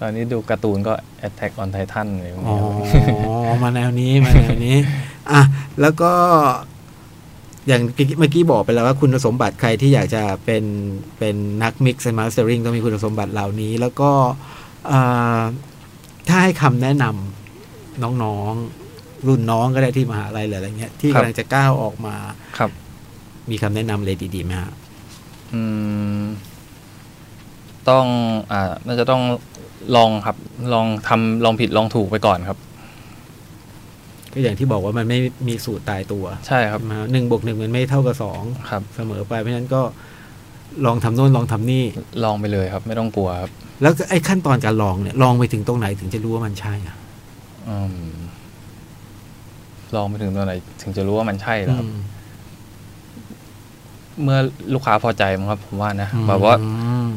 ตอนนี้ดูการ์ตูนก็ Attack on Titan อะไรพวก
อ๋อ
[laughs] นี้ครับ
มาแนวนี้ มาแนวนี้ อ่ะ แล้วก็ อย่างเมื่อกี้บอกไปแล้วว่าคุณสมบัติใครที่อยากจะเป็นเป็นนักมิกซ์มาสเตอริงต้องมีคุณสมบัติเหล่านี้ แล้วก็เอ่อ ถ้าให้คำแนะนำน้องๆ รุ่นน้องก็ได้ที่มหาลัยหรืออะไรเงี้ยที่
ครับ
กำลังจะก้าวออกมา
ครับ
มีคำแนะนำเลยดีๆไหมฮะ
อืม ต้องอ่าน่าจะต้องลองครับ ลองทำลองผิดลองถูกไปก่อนครับ
ก็อย่างที่บอกว่ามันไม่มีสูตรตายตัว
ใช่ครับ
ใช่ไหมฮะหนึ่งบวกหนึ่งมันไม่เท่ากับสอง
ครับ
เสมอไปเพราะฉะนั้นก็ลองทำโน่นลองทำนี่
ลองไปเลยครับ ไม่ต้องกลัวครับ
แล้วก็ไอ้ขั้นตอนการลองเนี่ยลองไปถึงตรงไหนถึงจะรู้ว่ามันใช่อะ
อืม ลองไปถึงตัวไหน ถึงจะรู้ว่ามันใช่แล้วครับ
อืม
เมื่อลูกค้าพอใจมั้งครับ ผมว่านะแบบว่า
อืม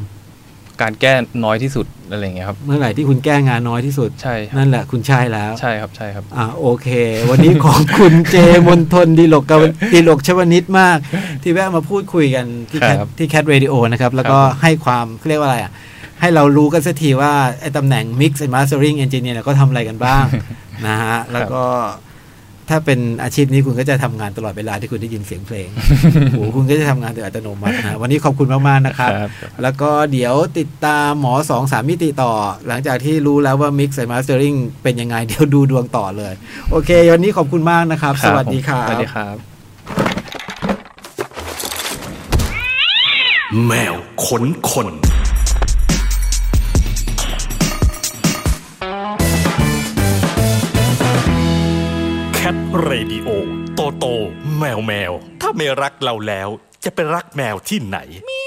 การแก้น้อยที่สุดอะไรอย่างเงี้ยครับ
เมื่อไหร่ที่คุณแก้งานน้อยที่สุด
ใช่ครับ
นั่นแหละคุณใช่แล้ว
ใช่ครับใช่ครับ
อ่าโอเค วันนี้ขอบคุณเจมนทนดีหลกกบดีหลกชวนิดมาก ที่แวะมาพูดคุยกันที่แคท
ครับ
ที่แคทเรดิโอนะครับ แล้วก็
ครับผม
ให้ความเขาเรียกว่าอะไรอ่ะ ให้เรารู้กันสักทีว่า ไอ้ตำแหน่ง Mix and Mastering Engineer เนี่ยก็ทำอะไรกัน
[laughs]
บ้าง นะฮะ แล้วก็ถ้าเป็นอาชีพนี้คุณก็จะทำงานตลอดเวลาที่คุณได้ยินเสียงเพล
[laughs]
ง โอ้โหคุณก็จะทำงานโดยอัตโนมัตินะฮะวันนี้ขอบคุณมากๆนะครับ
ครับ
แล้วก็เดี๋ยวติดตามหมอสองสามมิติต่อ หลังจากที่รู้แล้วว่า Mix and Mastering เป็นยังไง [laughs] เดี๋ยวดูดวงต่อเลย โอเค วันนี้ขอบคุณมากนะครับ สวัสดีครับ
สวัสดีครับ
แมวขนคน แคทเรดิโอโตโต แมวแมว ถ้าไม่รักเราแล้ว จะไปรักแมวที่ไหน เมียว